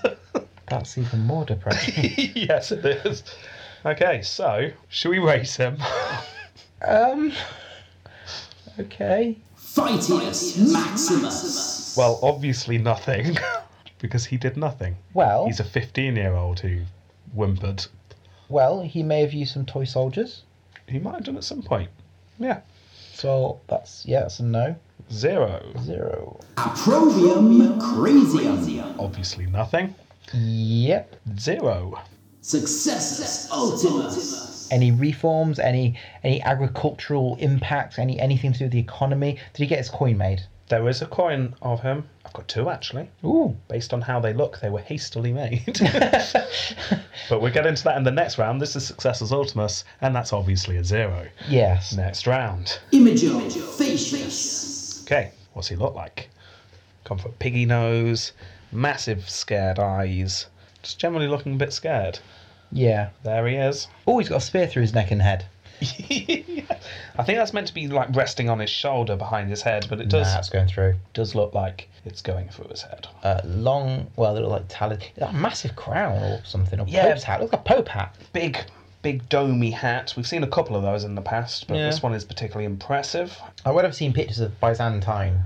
B: That's even more depressing.
C: yes, it is. Okay, so should we race him?
B: um. Okay.
A: Fightius Maximus.
C: well, obviously nothing, because he did nothing.
B: Well,
C: He's a 15 year old who whimpered.
B: well, he may have used some toy soldiers.
C: He might have done at some point. Yeah.
B: So that's yeah, that's a no
C: Zero.
B: zero.
A: Approbium Crasium.
C: Obviously nothing.
B: Yep.
C: Zero.
A: Successus Ultimus.
B: Any reforms? Any any agricultural impacts? Any anything to do with the economy? Did he get his coin made?
C: There is a coin of him. I've got two actually.
B: Ooh.
C: based on how they look, they were hastily made. but we'll get into that in the next round. This is Successor's Ultimus, and that's obviously a zero.
B: Yes.
C: Next round.
A: Imago Facius.
C: Okay, what's he look like? Come for a piggy nose, massive scared eyes, just generally looking a bit scared.
B: Yeah.
C: There he is.
B: Oh, he's got a spear through his neck and head.
C: I think that's meant to be like resting on his shoulder behind his head, but it does
B: Nah, it's going through.
C: does look like it's going through his head.
B: Uh, long, well, they look like talent. A massive crown or something. Or
C: Yeah.
B: Pope's hat. It looks like a Pope hat.
C: big big domey hat. We've seen a couple of those in the past, but
B: Yeah.
C: this one is particularly impressive.
B: I would have seen pictures of Byzantine,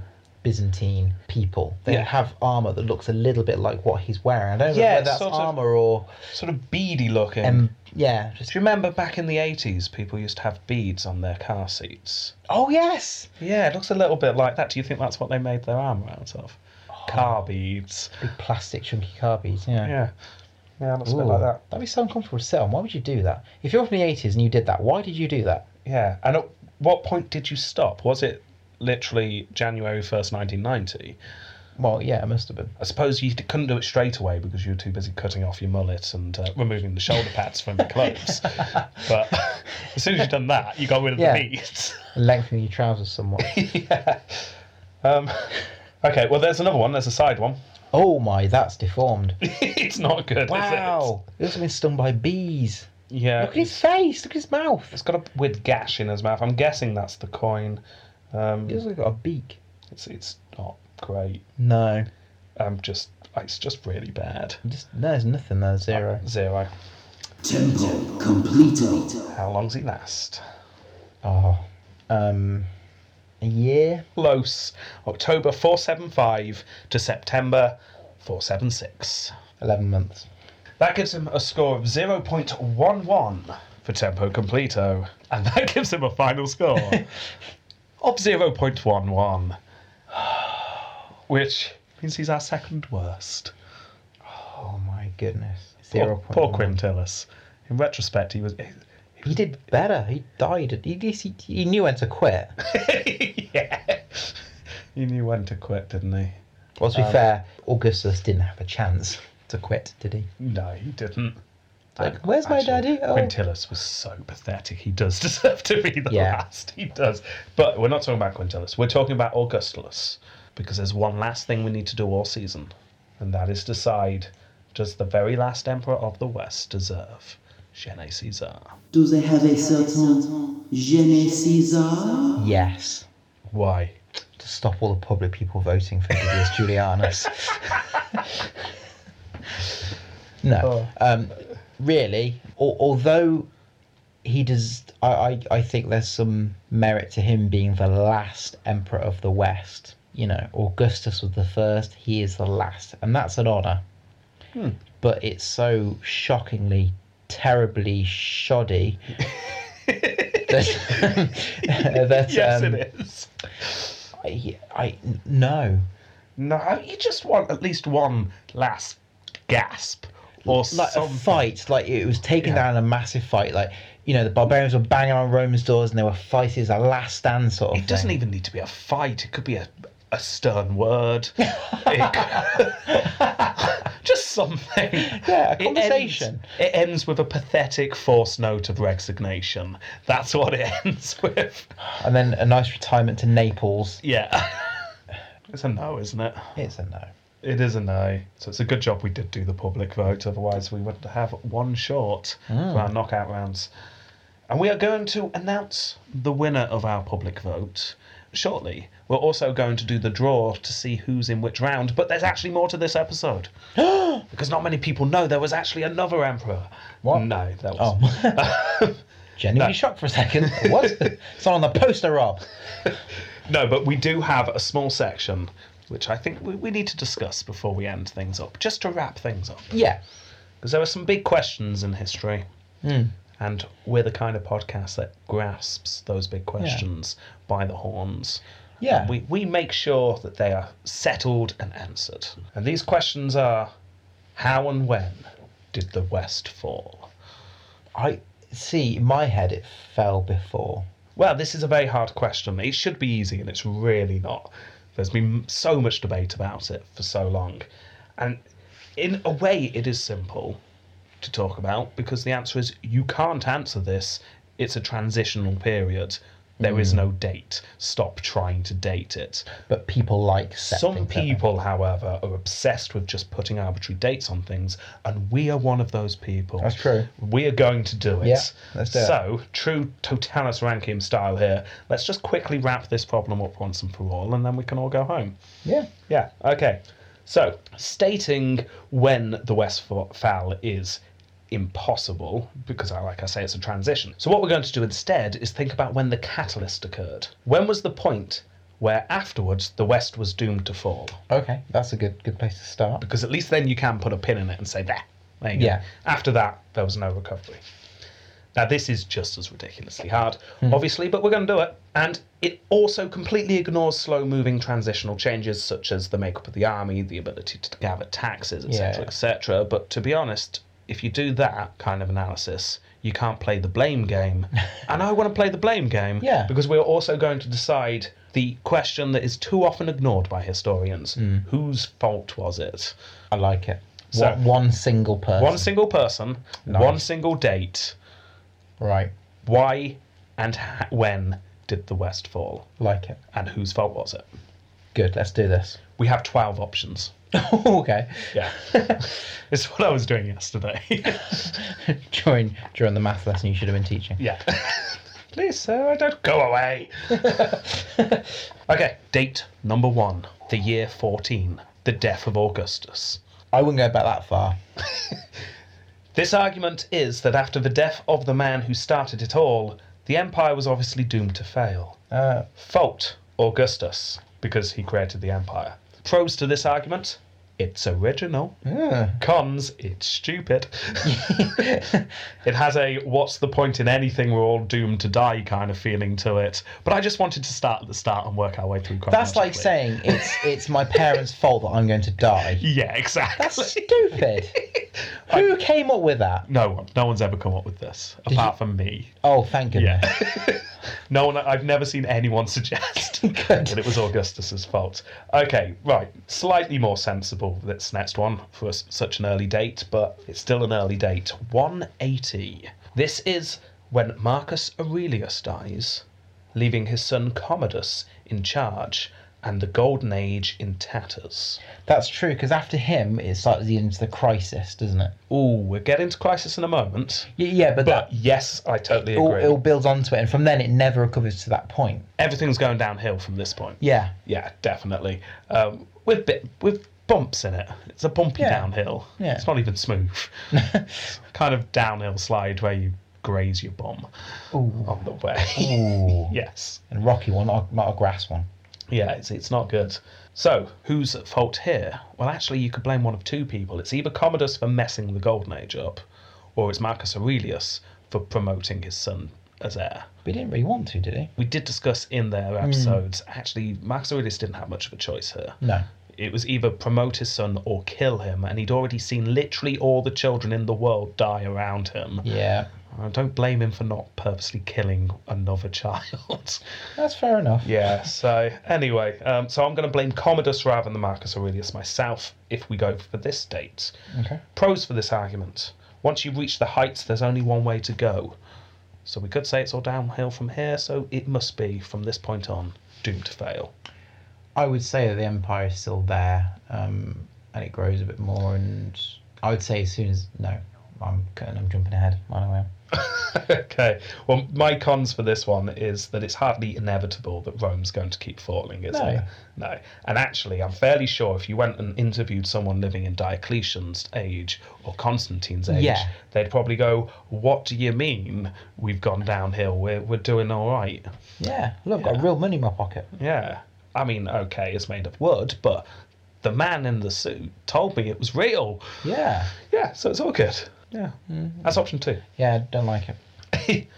B: Byzantine people. They
C: Yeah.
B: have armor that looks a little bit like what he's wearing. I don't know
C: Yeah,
B: whether that's
C: sort of.
B: armor or
C: Sort of beady looking.
B: um, yeah. Just
C: Do you remember back in the 80s, people used to have beads on their car seats?
B: oh yes,
C: Yeah, it looks a little bit like that. Do you think that's what they made their armour out of? Car beads.
B: big plastic chunky carbies. Yeah.
C: Yeah. Yeah, it looks a bit
B: Ooh,
C: like that.
B: That'd be so uncomfortable to sit on. Why would you do that? If you're from the 80s and you did that, why did you do that?
C: Yeah. And at what point did you stop? Was it literally January 1st, 1990?
B: Well, yeah, it must have been.
C: I suppose you couldn't do it straight away because you were too busy cutting off your mullet and uh, removing the shoulder pads from your clothes. but as soon as you've done that, you got rid of
B: Yeah.
C: the beads.
B: Lengthening your trousers somewhat.
C: Um, okay, well, there's another one. There's a side one.
B: oh my, that's deformed.
C: it's not good,
B: Wow. He must have been stung by bees.
C: is it? Yeah.
B: Look at his face. Look at his mouth.
C: It's got a weird gash in his mouth. I'm guessing that's the coin. Um,
B: He has got a beak.
C: it's, it's not great.
B: No.
C: I'm just, it's just really bad.
B: Just, there's nothing there, zero.
C: Zero.
A: Tempo completo.
C: How long's it last? Ah,
B: Oh, um, a year.
C: Close. October 475 to September 476.
B: Eleven months.
C: That gives him a score of 0.11 for Tempo Completo, and that gives him a final score of 0.11, which means he's our second worst.
B: Oh my goodness.
C: Poor, poor
B: 0.1.
C: Quintilis. In retrospect, he was.
B: He did better. He died. He, he, he knew when to quit.
C: yeah. He knew when to quit, didn't he?
B: Well,
C: Um,
B: to be fair, Augustus didn't have a chance to quit, did he?
C: No, he didn't.
B: Like, where's my
C: Actually,
B: daddy? Oh.
C: Quintilis was so pathetic. He does deserve to be the
B: Yeah.
C: last. He does. But we're not talking about Quintilis. We're talking about Augustulus. Because there's one last thing we need to do all season, and that is decide does the very last emperor of the West deserve Gene Caesar?
A: Do they have a certain Gene Caesar?
B: Yes.
C: Why?
B: To stop all the public people voting for Didius Julianus. no.
C: Oh.
B: Um, really, al- although he does, I, I, I think there's some merit to him being the last emperor of the West. You know, Augustus was the first, he is the last, and that's an honour.
C: Hmm.
B: But it's so shockingly, terribly shoddy. that, that,
C: Yes,
B: um,
C: it is.
B: I, I no.
C: No, you just want at least one last gasp or
B: Like
C: something.
B: a fight, like it was taken
C: Yeah.
B: down in a massive fight. Like you know, the barbarians were banging on Rome's doors, and there were fights. It was a last stand sort of.
C: It doesn't
B: thing.
C: even need to be a fight. It could be a, a stern word. It could- just something.
B: Yeah, a
C: It ends-
B: conversation.
C: It ends, with a pathetic forced note of resignation. That's what it ends with.
B: And then a nice retirement to Naples.
C: Yeah. It's a no, isn't it?
B: It's a no.
C: It is a no. So it's a good job we did do the public vote, otherwise we would have one short
B: Hmm.
C: for our knockout rounds. And we are going to announce the winner of our public vote shortly. We're also going to do the draw to see who's in which round, but there's actually more to this episode. because not many people know there was actually another emperor.
B: What?
C: No, that was
B: Oh, genuinely
C: No.
B: shocked for a second. What? it's on the poster, Rob.
C: No, but we do have a small section which I think we, we need to discuss before we end things up, just to wrap things up.
B: Yeah.
C: because there are some big questions in history, and we're the kind of podcast that grasps those big questions by the horns.
B: Yeah.
C: We, we make sure that they are settled and answered. And these questions are how and when did the West fall?
B: I see. In my head, it fell before.
C: Well, this is a very hard question. It should be easy, and it's really not. There's been so much debate about it for so long. And in a way, it is simple to talk about because the answer is you can't answer this. It's a transitional period. There is no date. Stop trying to date it.
B: But people like set
C: Some
B: things like that.
C: people, however, are obsessed with just putting arbitrary dates on things, and we are one of those people.
B: That's true.
C: We are going to do it.
B: Yeah, let's do it.
C: so, true Totalis Rankium style here, let's just quickly wrap this problem up once and for all, and then we can all go home.
B: Yeah.
C: Yeah, okay. So, stating when the West fo- fell is impossible because I like I say it's a transition. So what we're going to do instead is think about when the catalyst occurred. When was the point where afterwards the West was doomed to fall?
B: Okay, that's a good good place to start.
C: Because at least then you can put a pin in it and say there. There you go.
B: Yeah.
C: After that, there was no recovery. Now this is just as ridiculously hard,
B: Hmm.
C: obviously, but we're going to do it. And it also completely ignores slow-moving transitional changes such as the makeup of the army, the ability to gather taxes, etc.,
B: Yeah.
C: etc. But to be honest, if you do that kind of analysis, you can't play the blame game. and I want to play the blame game
B: Yeah.
C: because we're also going to decide the question that is too often ignored by historians: whose fault was it?
B: I like it.
C: So-
B: one, one single person.
C: One single person, one single date.
B: right.
C: Why and ha- when did the West fall?
B: Like it.
C: And whose fault was it?
B: Good. Let's do this.
C: We have 12 options.
B: okay.
C: Yeah. it's what I was doing yesterday.
B: During during the math lesson you should have been teaching.
C: yeah. Please, sir, I don't go away. okay, date number one, the year 14. the death of Augustus.
B: I wouldn't go back that far.
C: This argument is that after the death of the man who started it all, the empire was obviously doomed to fail.
B: Uh,
C: Fault Augustus, because he created the empire. Pros to this argument it's original.
B: yeah.
C: Cons, it's stupid. it has a what's the point in anything, we're all doomed to die kind of feeling to it. But I just wanted to start at the start and work our way through
B: That's like
C: chronologically.
B: saying it's it's my parents' fault that I'm going to die.
C: Yeah, exactly.
B: That's stupid. Who came up with that?
C: No one. No one's ever come up with this, apart from me.
B: Oh, thank goodness.
C: Yeah. no one. I've never seen anyone suggest
B: Good.
C: that it was Augustus's fault. Okay, right. Slightly more sensible. This next one for s- such an early date, but it's still an early date. 180. This is when Marcus Aurelius dies, leaving his son Commodus in charge and the Golden Age in tatters.
B: That's true because after him, it starts into the crisis, doesn't it?
C: Ooh, we'll get into crisis in a moment.
B: Y- Yeah, but,
C: But
B: that
C: yes, I totally
B: it all,
C: agree.
B: it all builds onto it, and from then it never recovers to that point.
C: Everything's going downhill from this point.
B: Yeah,
C: Yeah, definitely. Um, with bit with bumps in it. It's a bumpy
B: Yeah.
C: downhill.
B: Yeah.
C: It's not even smooth. It's kind of downhill slide where you graze your bum on the way.
B: Ooh.
C: yes.
B: and rocky one, not a, not a grass one.
C: Yeah, it's it's not good. So, who's at fault here? Well, actually, you could blame one of two people. It's either Commodus for messing the Golden Age up, or it's Marcus Aurelius for promoting his son as heir.
B: But he didn't really want to, did he?
C: We did discuss in their
B: Hmm.
C: episodes. Actually, Marcus Aurelius didn't have much of a choice here.
B: No.
C: it was either promote his son or kill him, and he'd already seen literally all the children in the world die around him.
B: Yeah,
C: I don't blame him for not purposely killing another child.
B: that's fair enough.
C: yeah, so anyway, um, so I'm going to blame Commodus rather than Marcus Aurelius myself if we go for this date.
B: Okay.
C: Pros for this argument. Once you reach the heights, there's only one way to go. So we could say it's all downhill from here, so it must be, from this point on, doomed to fail.
B: I would say that the empire is still there, um, and it grows a bit more. And I would say as soon as no, I'm cutting, I'm jumping ahead. I know I am.
C: okay. Well, my cons for this one is that it's hardly inevitable that Rome's going to keep falling, isn't
B: No.
C: it? No. And actually, I'm fairly sure if you went and interviewed someone living in Diocletian's age or Constantine's age,
B: Yeah.
C: they'd probably go, What do you mean we've gone downhill? We're, we're doing all right.
B: Yeah, look, I've got real money in my pocket.
C: Yeah. I mean, okay, it's made of wood, but the man in the suit told me it was real.
B: Yeah,
C: Yeah, so it's all good. Yeah.
B: Mm.
C: That's option two.
B: yeah, don't like it.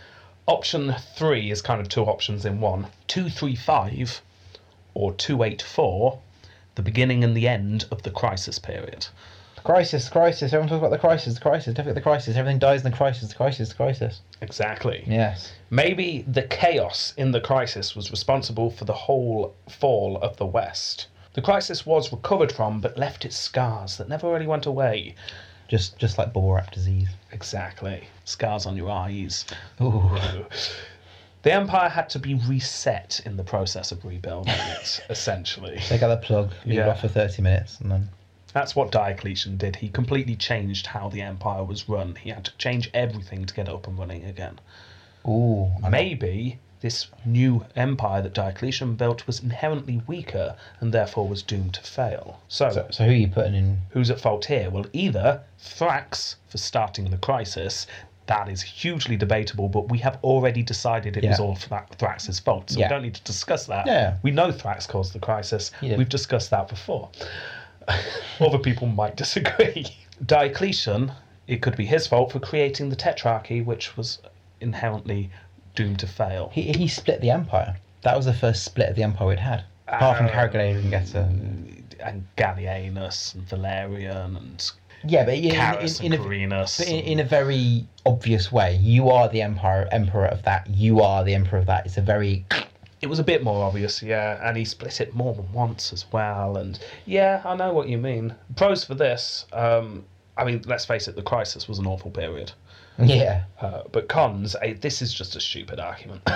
C: option three is kind of two options in one 235 or 284 the beginning and the end of the crisis period
B: The crisis, the crisis. Everyone talks about the crisis, the crisis. Definitely the crisis. Everything dies in the crisis, the crisis, the crisis.
C: exactly
B: Yes.
C: maybe the chaos in the crisis was responsible for the whole fall of the west the crisis was recovered from but left its scars that never really went away
B: Just, just like bubble wrap disease.
C: exactly scars on your eyes
B: Ooh.
C: the empire had to be reset in the process of rebuilding it essentially
B: Take out the plug, leave
C: Yeah.
B: it off for thirty minutes, and then
C: That's what Diocletian did. He completely changed how the empire was run. He had to change everything to get it up and running again.
B: ooh, I know.
C: Maybe this new empire that Diocletian built was inherently weaker and therefore was doomed to fail. So,
B: So, so who are you putting in?
C: who's at fault here? Well, either Thrax for starting the crisis. That is hugely debatable, but we have already decided it was
B: Yeah.
C: all Thra- Thrax's fault, so
B: Yeah.
C: we don't need to discuss that.
B: Yeah.
C: We know Thrax caused the crisis.
B: He did.
C: We've discussed that before. Other people might disagree. Diocletian, it could be his fault for creating the Tetrarchy, which was inherently doomed to fail.
B: He, he split the empire. That was the first split of the empire we'd had. Apart from
C: Um,
B: Carrigaline and Geta.
C: And Gallienus and Valerian and
B: Yeah, but in,
C: Carus
B: in, in,
C: and
B: a,
C: Carinus.
B: but in,
C: and-
B: in a very obvious way, you are the empire, emperor of that. You are the emperor of that. It's a very
C: it was a bit more obvious, yeah, and he split it more than once as well. And yeah, I know what you mean. Pros for this, um, I mean, let's face it, the crisis was an awful period.
B: yeah.
C: Uh, but cons, I, this is just a stupid argument.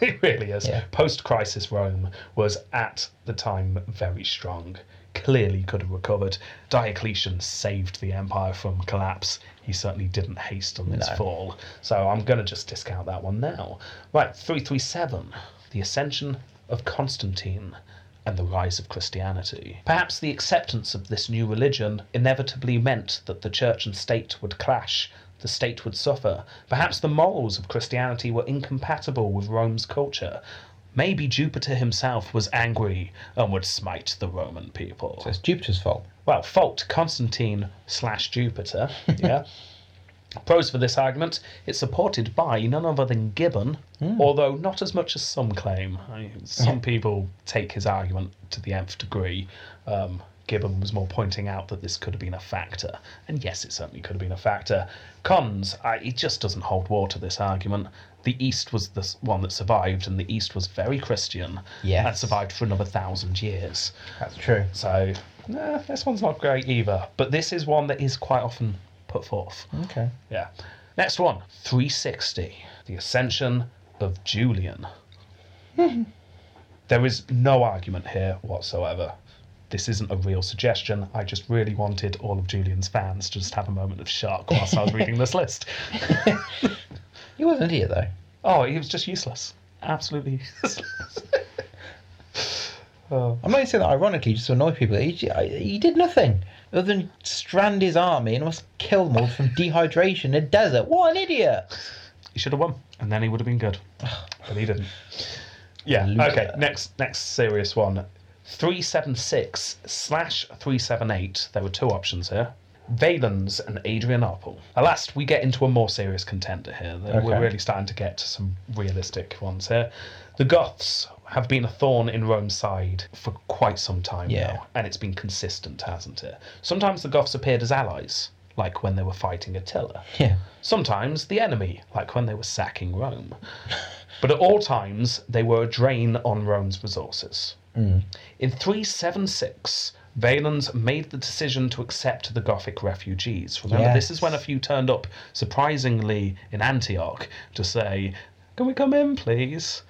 C: it really is.
B: Yeah.
C: Post crisis Rome was at the time very strong. Clearly could have recovered. Diocletian saved the empire from collapse. He certainly didn't hasten its
B: No.
C: fall. So I'm going to just discount that one now. Right, 337 The Ascension of Constantine and the rise of Christianity. Perhaps the acceptance of this new religion inevitably meant that the church and state would clash, the state would suffer. Perhaps the morals of Christianity were incompatible with Rome's culture. Maybe Jupiter himself was angry and would smite the Roman people.
B: So it's Jupiter's fault.
C: Well, fault Constantine slash Jupiter. Yeah. Pros for this argument: it's supported by none other than Gibbon, although not as much as some claim. I- Some people take his argument to the nth degree. Um, Gibbon was more pointing out that this could have been a factor, and yes, it certainly could have been a factor. Cons: I, it just doesn't hold water. This argument: the East was the s- one that survived, and the East was very Christian, and
B: Yes.
C: survived for another thousand years.
B: That's true.
C: So, nah, this one's not great either. But this is one that is quite often put forth.
B: Okay.
C: Yeah. Next one 360 The Ascension of Julian. there is no argument here whatsoever. This isn't a real suggestion. I just really wanted all of Julian's fans to just have a moment of shock whilst I was reading this list.
B: He was an idiot though.
C: Oh, he was just useless. Absolutely useless.
B: I'm not even saying that ironically just to annoy people. He, j- I- he did nothing other than strand his army and almost kill them all from dehydration in a desert. What an idiot!
C: He should have won, and then he would have been good. But he didn't. Yeah.
B: Loser.
C: Okay. Next, next serious one. Three seven six slash three seven eight. There were two options here. Valens and Adrianople. At last, we get into a more serious contender here.
B: Okay.
C: We're really starting to get to some realistic ones here. The Goths have been a thorn in Rome's side for quite some time
B: Yeah.
C: now, and it's been consistent, hasn't it? Sometimes the Goths appeared as allies, like when they were fighting Attila
B: Yeah.
C: sometimes the enemy, like when they were sacking Rome. But at all times, they were a drain on Rome's resources. In 376, Valens made the decision to accept the Gothic refugees. Remember, this is when a
B: Yes.
C: few turned up, surprisingly, in Antioch to say, Can we come in, please?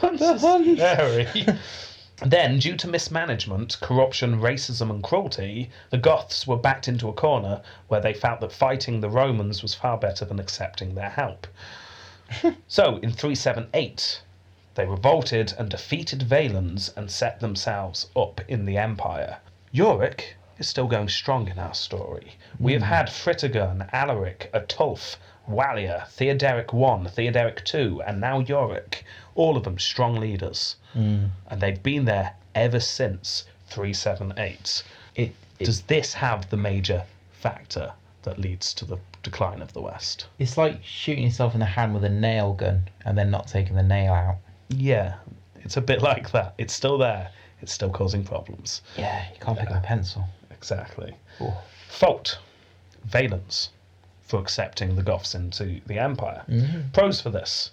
C: Very. Then, due to mismanagement, corruption, racism, and cruelty, the Goths were backed into a corner where they felt that fighting the Romans was far better than accepting their help. so, in 378, they revolted and defeated Valens and set themselves up in the empire. Yorick is still going strong in our story. We have had Fritigern, Alaric, Atulf, Wallia, Theoderic I, Theoderic II, and now Yorick, all of them strong leaders. And they've been there ever since 378. It, does this have the major factor that leads to the decline of the West?
B: It's like shooting yourself in the hand with a nail gun and then not taking the nail out.
C: Yeah, it's a bit like that. It's still there, it's still causing problems.
B: Yeah, you can't pick up a pencil.
C: Exactly.
B: Oh.
C: Fault Valens for accepting the Goths into the empire.
B: Mm-hmm.
C: Pros for this.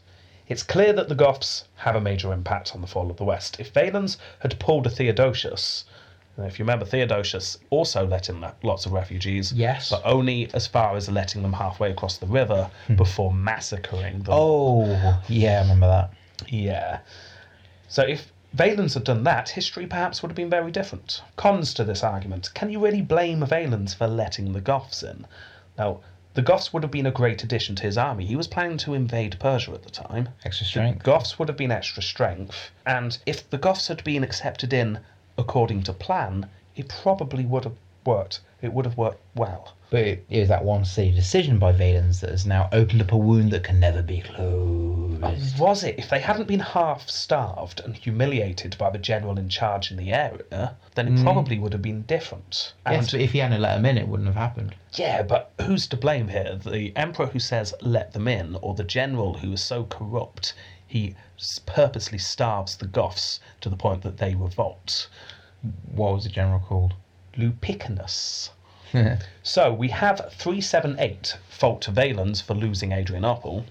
C: It's clear that the Goths have a major impact on the fall of the West. If Valens had pulled a Theodosius, and if you remember, Theodosius also let in lo- lots of refugees,
B: Yes.
C: but only as far as letting them halfway across the river before massacring them.
B: Hmm. Oh, yeah, I remember that.
C: Yeah. So if Valens had done that, history perhaps would have been very different. Cons to this argument. Can you really blame Valens for letting the Goths in? Now, the Goths would have been a great addition to his army. He was planning to invade Persia at the time.
B: Extra strength.
C: Goths would have been extra strength, and if the Goths had been accepted in according to plan, it probably would have worked. It would have worked well.
B: But it, it was that one silly decision by Valens that has now opened up a wound that can never be closed.
C: Was it? If they hadn't been half starved and humiliated by the general in charge in the area, then it probably would have been different. And
B: Yes, but if he hadn't let him in, it wouldn't have happened.
C: yeah, but who's to blame here? The emperor who says let them in, or the general who is so corrupt he s- purposely starves the Goths to the point that they revolt?
B: What was the general called?
C: Lupicanus. So we have 378 fault to Valens for losing Adrianople,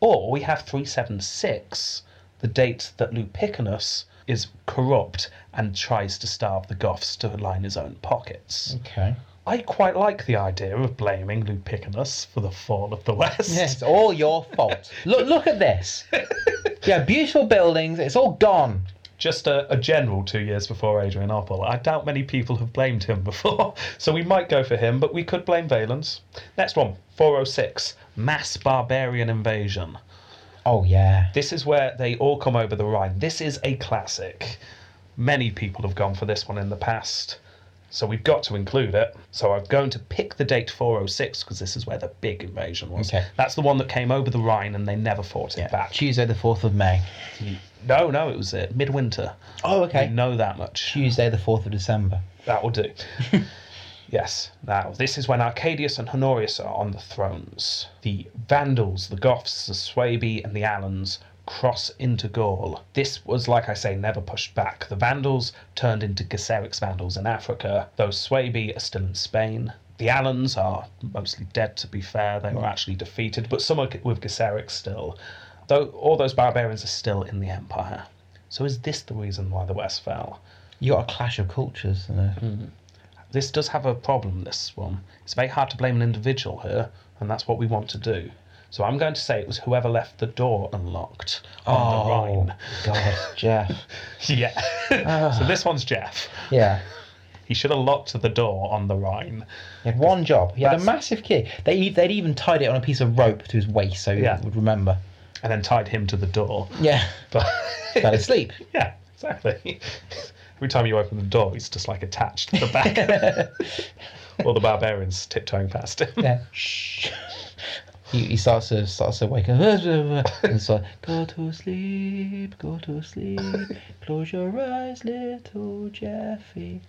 C: or we have 376, the date that Lupicanus is corrupt and tries to starve the Goths to line his own pockets.
B: Okay.
C: I quite like the idea of blaming Lupicanus for the fall of the West.
B: Yeah, it's all your fault. look, look at this. Yeah, beautiful buildings. It's all gone.
C: Just a, a general two years before Adrianople. I doubt many people have blamed him before, so we might go for him, but we could blame Valens. Next one 406 Mass Barbarian Invasion.
B: Oh yeah.
C: This is where they all come over the Rhine. This is a classic. Many people have gone for this one in the past, so we've got to include it. So I'm going to pick the date 406 because this is where the big invasion was.
B: Okay.
C: That's the one that came over the Rhine and they never fought it
B: Yeah.
C: back.
B: Tuesday the fourth of May.
C: No, no, it was uh, midwinter.
B: Oh, okay.
C: I know that much.
B: Tuesday the fourth of December.
C: That will do. yes. Now, this is when Arcadius and Honorius are on the thrones. The Vandals, the Goths, the Suebi, and the Alans cross into Gaul. This was, like I say, never pushed back. The Vandals turned into Gaceric's Vandals in Africa. Those Suebi are still in Spain. The Alans are mostly dead, to be fair. They were actually defeated, but some are with Gaceric still. Though all those barbarians are still in the empire. So is this the reason why the West fell?
B: You got a clash of cultures. you know.
C: this does have a problem, this one. It's very hard to blame an individual here, and that's what we want to do. So I'm going to say it was whoever left the door unlocked on the
B: Oh
C: Rhine.
B: God, Jeff.
C: Yeah. so this one's Jeff.
B: Yeah.
C: He should have locked the door on the Rhine.
B: He had one job. He had a
C: That's-
B: massive key. They e, they'd even tied it on a piece of rope to his waist so
C: Yeah.
B: he would remember.
C: And then tied him to the door.
B: Yeah.
C: But
B: Fell asleep.
C: yeah, exactly. Every time you open the door, he's just like attached to the back. All the barbarians tiptoeing past him.
B: Yeah. Shh. He, he starts to starts to wake up and so go to sleep, go to sleep, close your eyes, little Jeffy.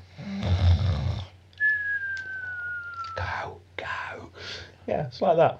C: go, go. Yeah, it's like that.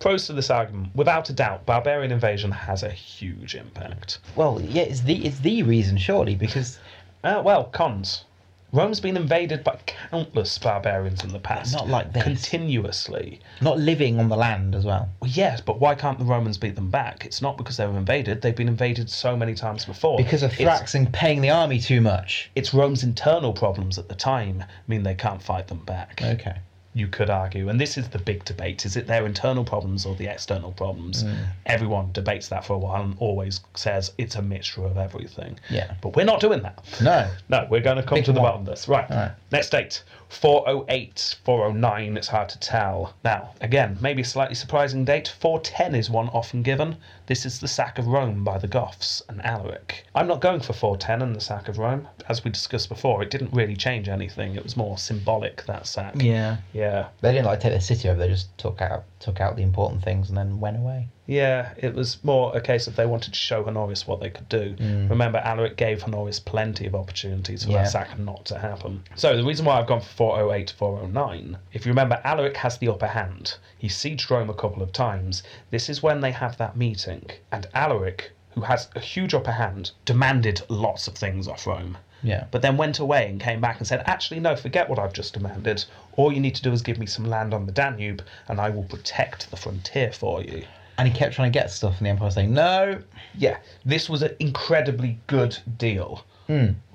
C: Pros to this argument. Without a doubt, barbarian invasion has a huge impact.
B: Well, yeah, it's the it's the reason surely because
C: Uh, well, cons. Rome's been invaded by countless barbarians in the past.
B: Not like this.
C: Continuously.
B: not living on the land as well.
C: Well, yes, but why can't the Romans beat them back? It's not because they were invaded. They've been invaded so many times before.
B: Because of
C: It's-
B: Thraxing paying the army too much.
C: It's Rome's internal problems at the time mean they can't fight them back.
B: Okay.
C: you could argue, and this is the big debate: is it their internal problems or the external problems?
B: Mm.
C: Everyone debates that for a while and always says it's a mixture of everything.
B: Yeah.
C: but we're not doing that.
B: No.
C: No, we're going to come
B: Pick
C: to the
B: one.
C: bottom of this. Right.
B: Alright.
C: Next date 408, 409, it's hard to tell. Now, again, maybe a slightly surprising date. 410 is one often given. This is the sack of Rome by the Goths and Alaric. I'm not going for 410 and the sack of Rome. As we discussed before, it didn't really change anything, it was more symbolic, that sack.
B: Yeah.
C: Yeah.
B: They didn't like take the city over. They just took out took out the important things and then went away.
C: Yeah, it was more a case of they wanted to show Honorius what they could do. Remember, Alaric gave Honorius plenty of opportunities for
B: Mm. Yeah.
C: that sack not to happen. So the reason why I've gone for 408 409, if you remember, Alaric has the upper hand. He sieged Rome a couple of times. This is when they have that meeting, and Alaric, who has a huge upper hand, demanded lots of things off Rome.
B: Yeah.
C: But then went away and came back and said, actually, no, forget what I've just demanded. All you need to do is give me some land on the Danube, and I will protect the frontier for you.
B: And he kept trying to get stuff, and the Empire was saying no.
C: yeah, this was an incredibly good deal.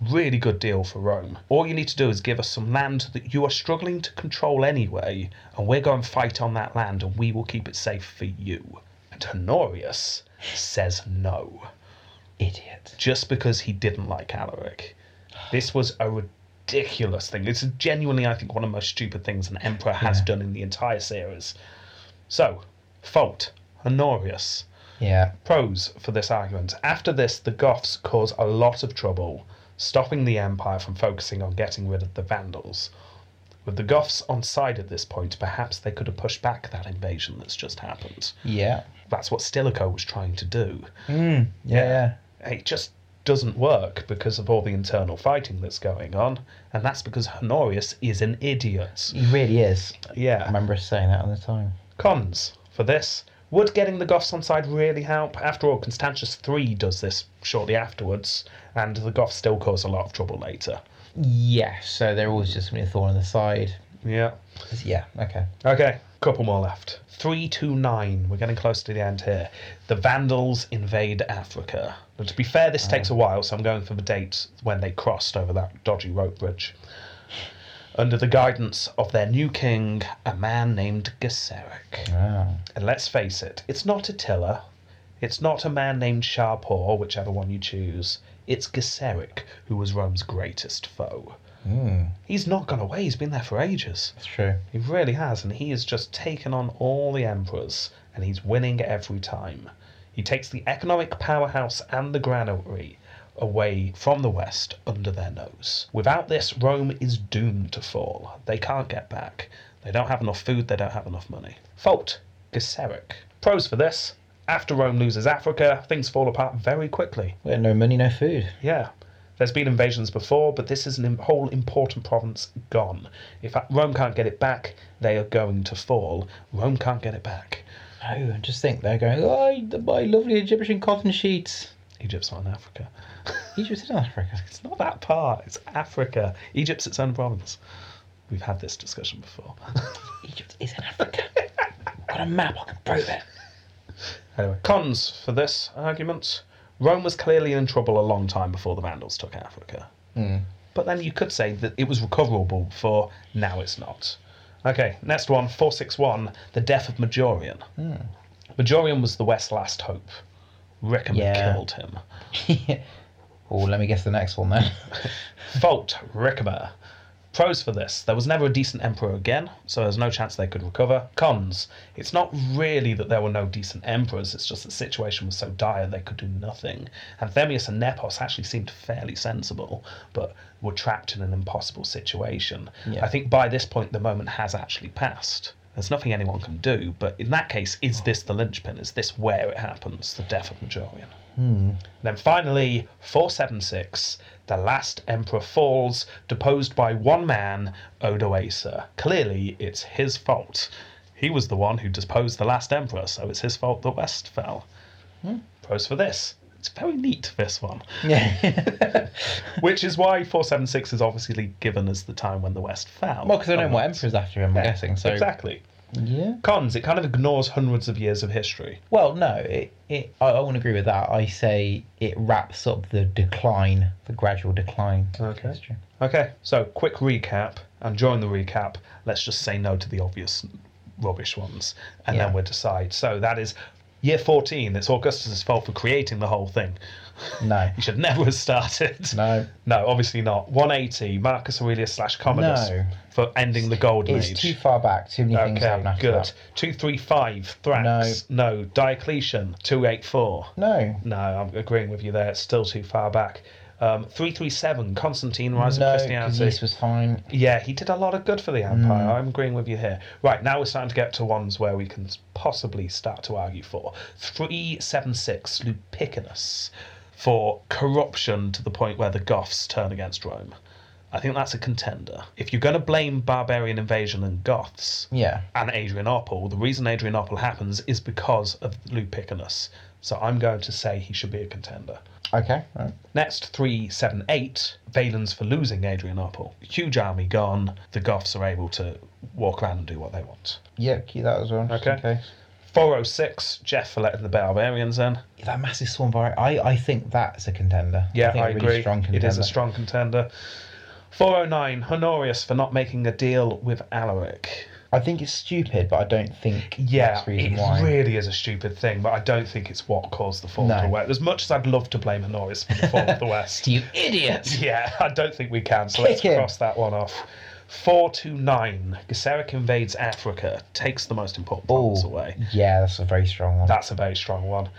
C: Really good deal for Rome. All you need to do is give us some land that you are struggling to control anyway, and we're going to fight on that land and we will keep it safe for you. And Honorius says no,
B: Idiot.
C: just because he didn't like Alaric. This was a ridiculous thing. This is genuinely, I think, one of the most stupid things an emperor has done in the entire series. So, fault, Honorius.
B: Yeah.
C: Pros for this argument. After this, the Goths cause a lot of trouble, stopping the Empire from focusing on getting rid of the Vandals. With the Goths on side at this point, perhaps they could have pushed back that invasion that's just happened.
B: Yeah.
C: That's what Stilicho was trying to do.
B: Yeah.
C: It just doesn't work because of all the internal fighting that's going on, and that's because Honorius is an idiot.
B: He really is. I
C: Yeah.
B: remember us saying that at the time.
C: Cons for this. Would getting the Goths on side really help? After all, Constantius III does this shortly afterwards, and the Goths still cause a lot of trouble later.
B: Yeah. So they're always just gonna be a thorn in the side.
C: Yeah.
B: Yeah. Okay.
C: Okay, couple more left. 329. We're getting close to the end here. The Vandals invade Africa. Now, to be fair, this takes a while, so I'm going for the date when they crossed over that dodgy rope bridge. Under the guidance of their new king, a man named Gesseric.
B: Wow.
C: And let's face it, it's not Attila. It's not a man named Shapur, whichever one you choose. It's Gesseric, who was Rome's greatest foe. He's not gone away, he's been there for ages.
B: That's true.
C: He really has, and he has just taken on all the emperors, and he's winning every time. He takes the economic powerhouse and the granary, away from the West under their nose. Without this, Rome is doomed to fall. They can't get back. They don't have enough food, they don't have enough money. Fault Gesseric. Pros for this. After Rome loses Africa, things fall apart very quickly.
B: We had no money, no food.
C: Yeah. There's been invasions before, but this is a whole important province gone. If Rome can't get it back, they are going to fall. Rome can't get it back.
B: No, I just think they're going, oh, the- my lovely Egyptian cotton sheets.
C: Egypt's not in Africa.
B: Egypt's in Africa.
C: It's not that part. It's Africa. Egypt's its own province. We've had this discussion before.
B: Egypt is in Africa. Got a map, I can prove it.
C: anyway, cons for this argument: Rome was clearly in trouble a long time before the Vandals took Africa. But then you could say that it was recoverable before. Now it's not. Okay, next one: four six one. The death of Majorian. Majorian was the West's last hope. Rickham had
B: Yeah.
C: killed him.
B: Oh, let me guess the next one then.
C: Fault, Ricimer. Pros for this. There was never a decent emperor again, so there's no chance they could recover. Cons. It's not really that there were no decent emperors, it's just the situation was so dire they could do nothing. Anthemius and Nepos actually seemed fairly sensible, but were trapped in an impossible situation.
B: Yeah.
C: I think by this point the moment has actually passed. There's nothing anyone can do, but in that case, is this the linchpin? Is this where it happens? The death of Majorian. Then finally, 476, the last emperor falls, deposed by one man, Odoacer. Clearly, it's his fault. He was the one who deposed the last emperor, so it's his fault the West fell. Hmm, Pros for this. It's very neat, this one.
B: yeah.
C: Which is why 476 is obviously given as the time when the West fell.
B: Well, because I don't know
C: And
B: what
C: that's-
B: emperor's after him, I'm
C: Yeah,
B: guessing. So.
C: Exactly.
B: Yeah.
C: Cons, it kind of ignores hundreds of years of history.
B: Well, no, it, it, I, I won't agree with that. I say it wraps up the decline, the gradual decline. of
C: Okay.
B: history.
C: Okay, so quick recap, and during the recap, let's just say no to the obvious rubbish ones, and
B: Yeah.
C: then we'll decide. So that is year 14. It's Augustus' fault for creating the whole thing.
B: No.
C: He should never have started.
B: No.
C: No, obviously not. 180, Marcus Aurelius slash Commodus
B: No.
C: for ending the Golden
B: It's
C: Age.
B: too far back. Too many things happen
C: okay,
B: after
C: good.
B: that.
C: 235, Thrax. No. Diocletian, 284.
B: No.
C: No, I'm agreeing with you there. It's still too far back. Um, 337, Constantine, Rise
B: no,
C: of
B: because
C: Christianity.
B: yeast was fine.
C: Yeah, he did a lot of good for the Empire. I'm agreeing with you here. Right, now we're starting to get to ones where we can possibly start to argue for. 376 Lupicinus for corruption to the point where the Goths turn against Rome. I think that's a contender. If you're going to blame barbarian invasion and Goths
B: Yeah.
C: and Adrianople, the reason Adrianople happens is because of Lupicinus. So I'm going to say he should be a contender.
B: Okay. all right.
C: Next, 378, Valens for losing Adrianople. Huge army gone. The Goths are able to walk around and do what they want.
B: Yeah, keep that as well. just in
C: Okay.
B: case.
C: 406, Jeff for letting the barbarians in.
B: That massive swarm of Ari- I, I think that's a contender.
C: Yeah,
B: think
C: I,
B: a really
C: agree.
B: strong contender.
C: It is a strong contender. 409, Honorius for not making a deal with Alaric.
B: I think it's stupid, but I don't think
C: Yeah,
B: that's the reason
C: it
B: why.
C: really is a stupid thing, but I don't think it's what caused the fall
B: No.
C: of the West. As much as I'd love to blame Honorius for the fall of the West,
B: You idiot!
C: Yeah, I don't think we can, so
B: Kick
C: let's
B: him.
C: cross that one off. 429. Gesseric invades Africa, takes the most important province away.
B: Oh, yeah, that's a very strong one.
C: That's a very strong one.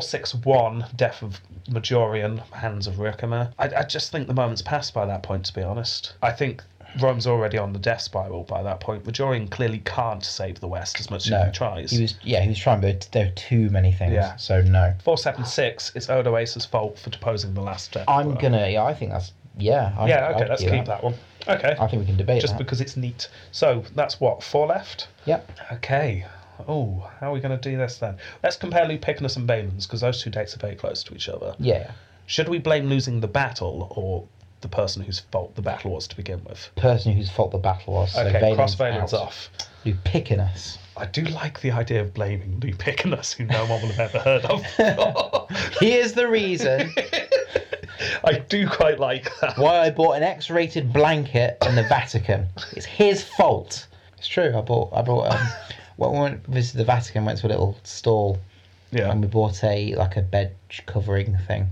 C: 461. Death of Majorian, Hands of Ricimer. I, I just think the moment's passed by that point, to be honest. I think Rome's already on the death spiral by that point. Majorian clearly can't save the West as much as he tries.
B: He was, yeah, he was trying, but there were too many things.
C: Yeah.
B: So no,
C: 476. It's Odoacer's fault for deposing the last death.
B: I'm gonna. Yeah, I think that's. Yeah. I,
C: Yeah, okay,
B: I'd
C: let's
B: do
C: keep that. one. Okay.
B: I think we can debate
C: just
B: that.
C: because it's neat. So that's what four left.
B: Yep.
C: Okay. Oh, how are we going to do this then? Let's compare Lupicinus and Valens because those two dates are very close to each other.
B: Yeah.
C: Should we blame losing the battle or the person whose fault the battle was to begin with?
B: Person whose fault the battle was. so
C: Okay,
B: Valens
C: cross Valens
B: out.
C: off.
B: Lupicinus.
C: I do like the idea of blaming Lupicinus, who no one will have ever heard of.
B: Here's the reason
C: I do quite like that.
B: why I bought an X-rated blanket in the Vatican. It's his fault. It's true. I bought. I bought. Um, when we went, visited the Vatican, went to a little stall
C: Yeah.
B: and we bought a like a bed covering thing,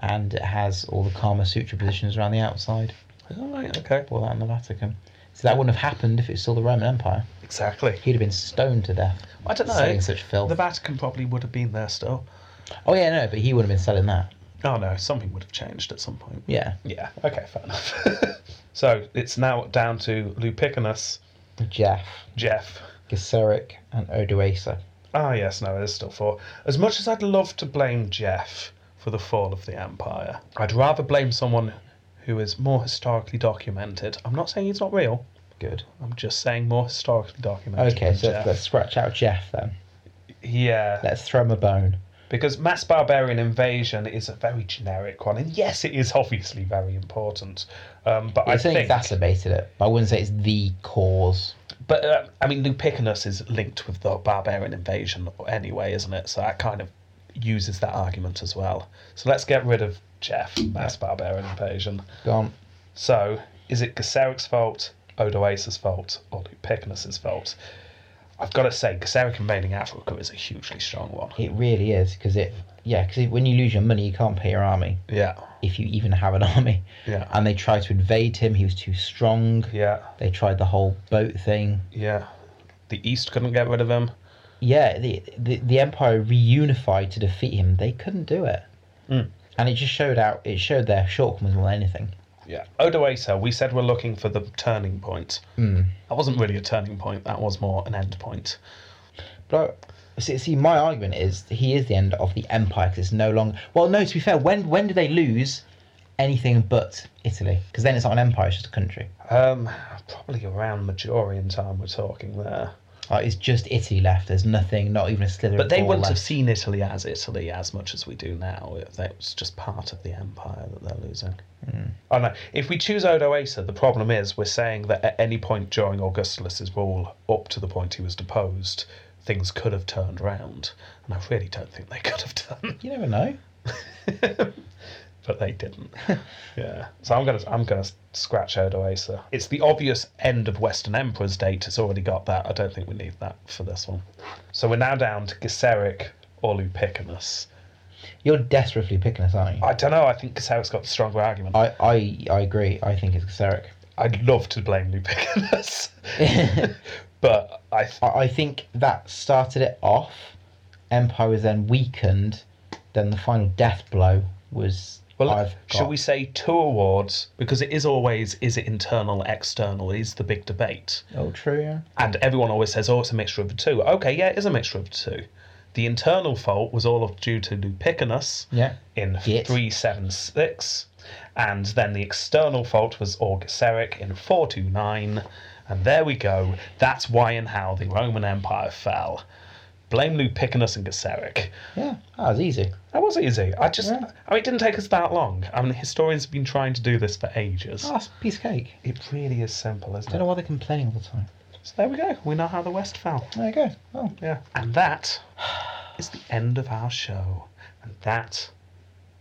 B: and it has all the Kama Sutra positions around the outside.
C: All right, okay.
B: Bought that in the Vatican. So that wouldn't have happened if it was still the Roman Empire.
C: Exactly.
B: He'd have been stoned to death.
C: I don't know.
B: Selling such filth.
C: The Vatican probably would have been there still.
B: Oh yeah, no, but he would have been selling that.
C: Oh no, something would have changed at some point.
B: Yeah.
C: Yeah, okay, fair enough. so it's now down to Lupicanus,
B: Jeff,
C: Jeff.
B: Gesseric, and Odoacer.
C: Ah, yes, no, there's still four. As much as I'd love to blame Jeff for the fall of the Empire, I'd rather blame someone who is more historically documented. I'm not saying he's not real,
B: Good.
C: I'm just saying more historically documented.
B: Okay,
C: than
B: so
C: Jeff.
B: let's, let's scratch out Jeff then.
C: Yeah.
B: Let's throw him a bone.
C: Because mass barbarian invasion is a very generic one, and yes, it is obviously very important. Um, but
B: I,
C: I
B: think,
C: think,
B: exacerbated it. I wouldn't say it's the cause.
C: but uh, I mean, Lupicanus is linked with the barbarian invasion anyway, isn't it? So that kind of uses that argument as well. So let's get rid of Jeff, mass barbarian invasion.
B: Gone.
C: So is it Gesseric's fault, Odoacer's fault, or Lupicanus's fault? I've got to say, Gesseric invading Africa is a hugely strong one.
B: It really is because it. Yeah, because when you lose your money, you can't pay your army
C: Yeah,
B: if you even have an army.
C: yeah,
B: And they tried to invade him. He was too strong.
C: yeah,
B: They tried the whole boat thing.
C: yeah. The East couldn't get rid of him.
B: Yeah, the the, the empire reunified to defeat him. They couldn't do it.
C: Mm.
B: And it just showed out. It showed their shortcomings more than anything.
C: Yeah. Odoacer, we said we're looking for the turning point.
B: Mm.
C: That wasn't really a turning point, that was more an end point.
B: But I- see, see, my argument is that he is the end of the empire because it's no longer. Well, no. To be fair, when when do they lose anything but Italy? Because then it's not an empire; it's just a country.
C: Um, probably around Majorian time we're talking there.
B: Like, it's just Italy left. There's nothing, not even a slither.
C: But
B: of
C: they
B: ball
C: wouldn't have
B: left.
C: seen Italy as Italy as much as we do now. If That was just part of the empire that they're losing. Oh no! If we choose Odoacer, the problem is we're saying that at any point during Augustulus's rule, up to the point he was deposed, things could have turned round, and I really don't think they could have done.
B: You never know.
C: but they didn't. yeah. So I'm gonna I'm gonna scratch Odoacer. It's the obvious end of Western Emperor's date. It's already got that. I don't think we need that for this one. So we're now down to Gesseric or Lupicanus.
B: You're desperately picking us, aren't you?
C: I don't know. I think Gesseric's got the stronger argument.
B: I I, I agree. I think it's Cesaric.
C: I'd love to blame Lupicanus, but I th-
B: I, I think that started it off. Empire was then weakened. Then the final death blow was.
C: Well,
B: I've
C: shall
B: got-
C: we say two awards? Because it is always is it internal, external is the big debate,
B: Oh, true. Yeah.
C: and everyone always says, "Oh, it's a mixture of the two. Okay, yeah, it is a mixture of the two. The internal fault was all of due to Lupicanus
B: Yeah.
C: in
B: Git.
C: three seven six, and then the external fault was Orgeseric in four two nine, and there we go. That's why and how the Roman Empire fell. Blame Lupicanus and Geseric.
B: Yeah. That was easy.
C: That was easy. I just,
B: Yeah.
C: I mean, it didn't take us that long. I mean, historians have been trying to do this for ages.
B: Oh, that's a piece of cake.
C: It really is simple, isn't
B: Don't know why they're complaining all the time.
C: it? So there we go. We know how the West fell.
B: There you go. Oh,
C: Yeah. And that is the end of our show. And that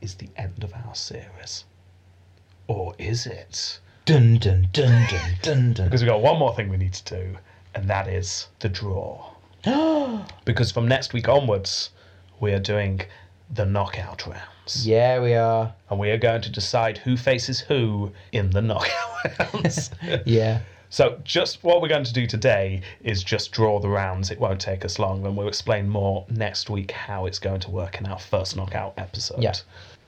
C: is the end of our series. Or is it?
B: dun dun dun dun dun dun.
C: Because we've got one more thing we need to do, and that is the draw. Because from next week onwards, we are doing the knockout rounds.
B: yeah, we are.
C: and we are going to decide who faces who in the knockout rounds.
B: Yeah.
C: so, just what we're going to do today is just draw the rounds. It won't take us long, and we'll explain more next week how it's going to work in our first knockout episode.
B: Yeah.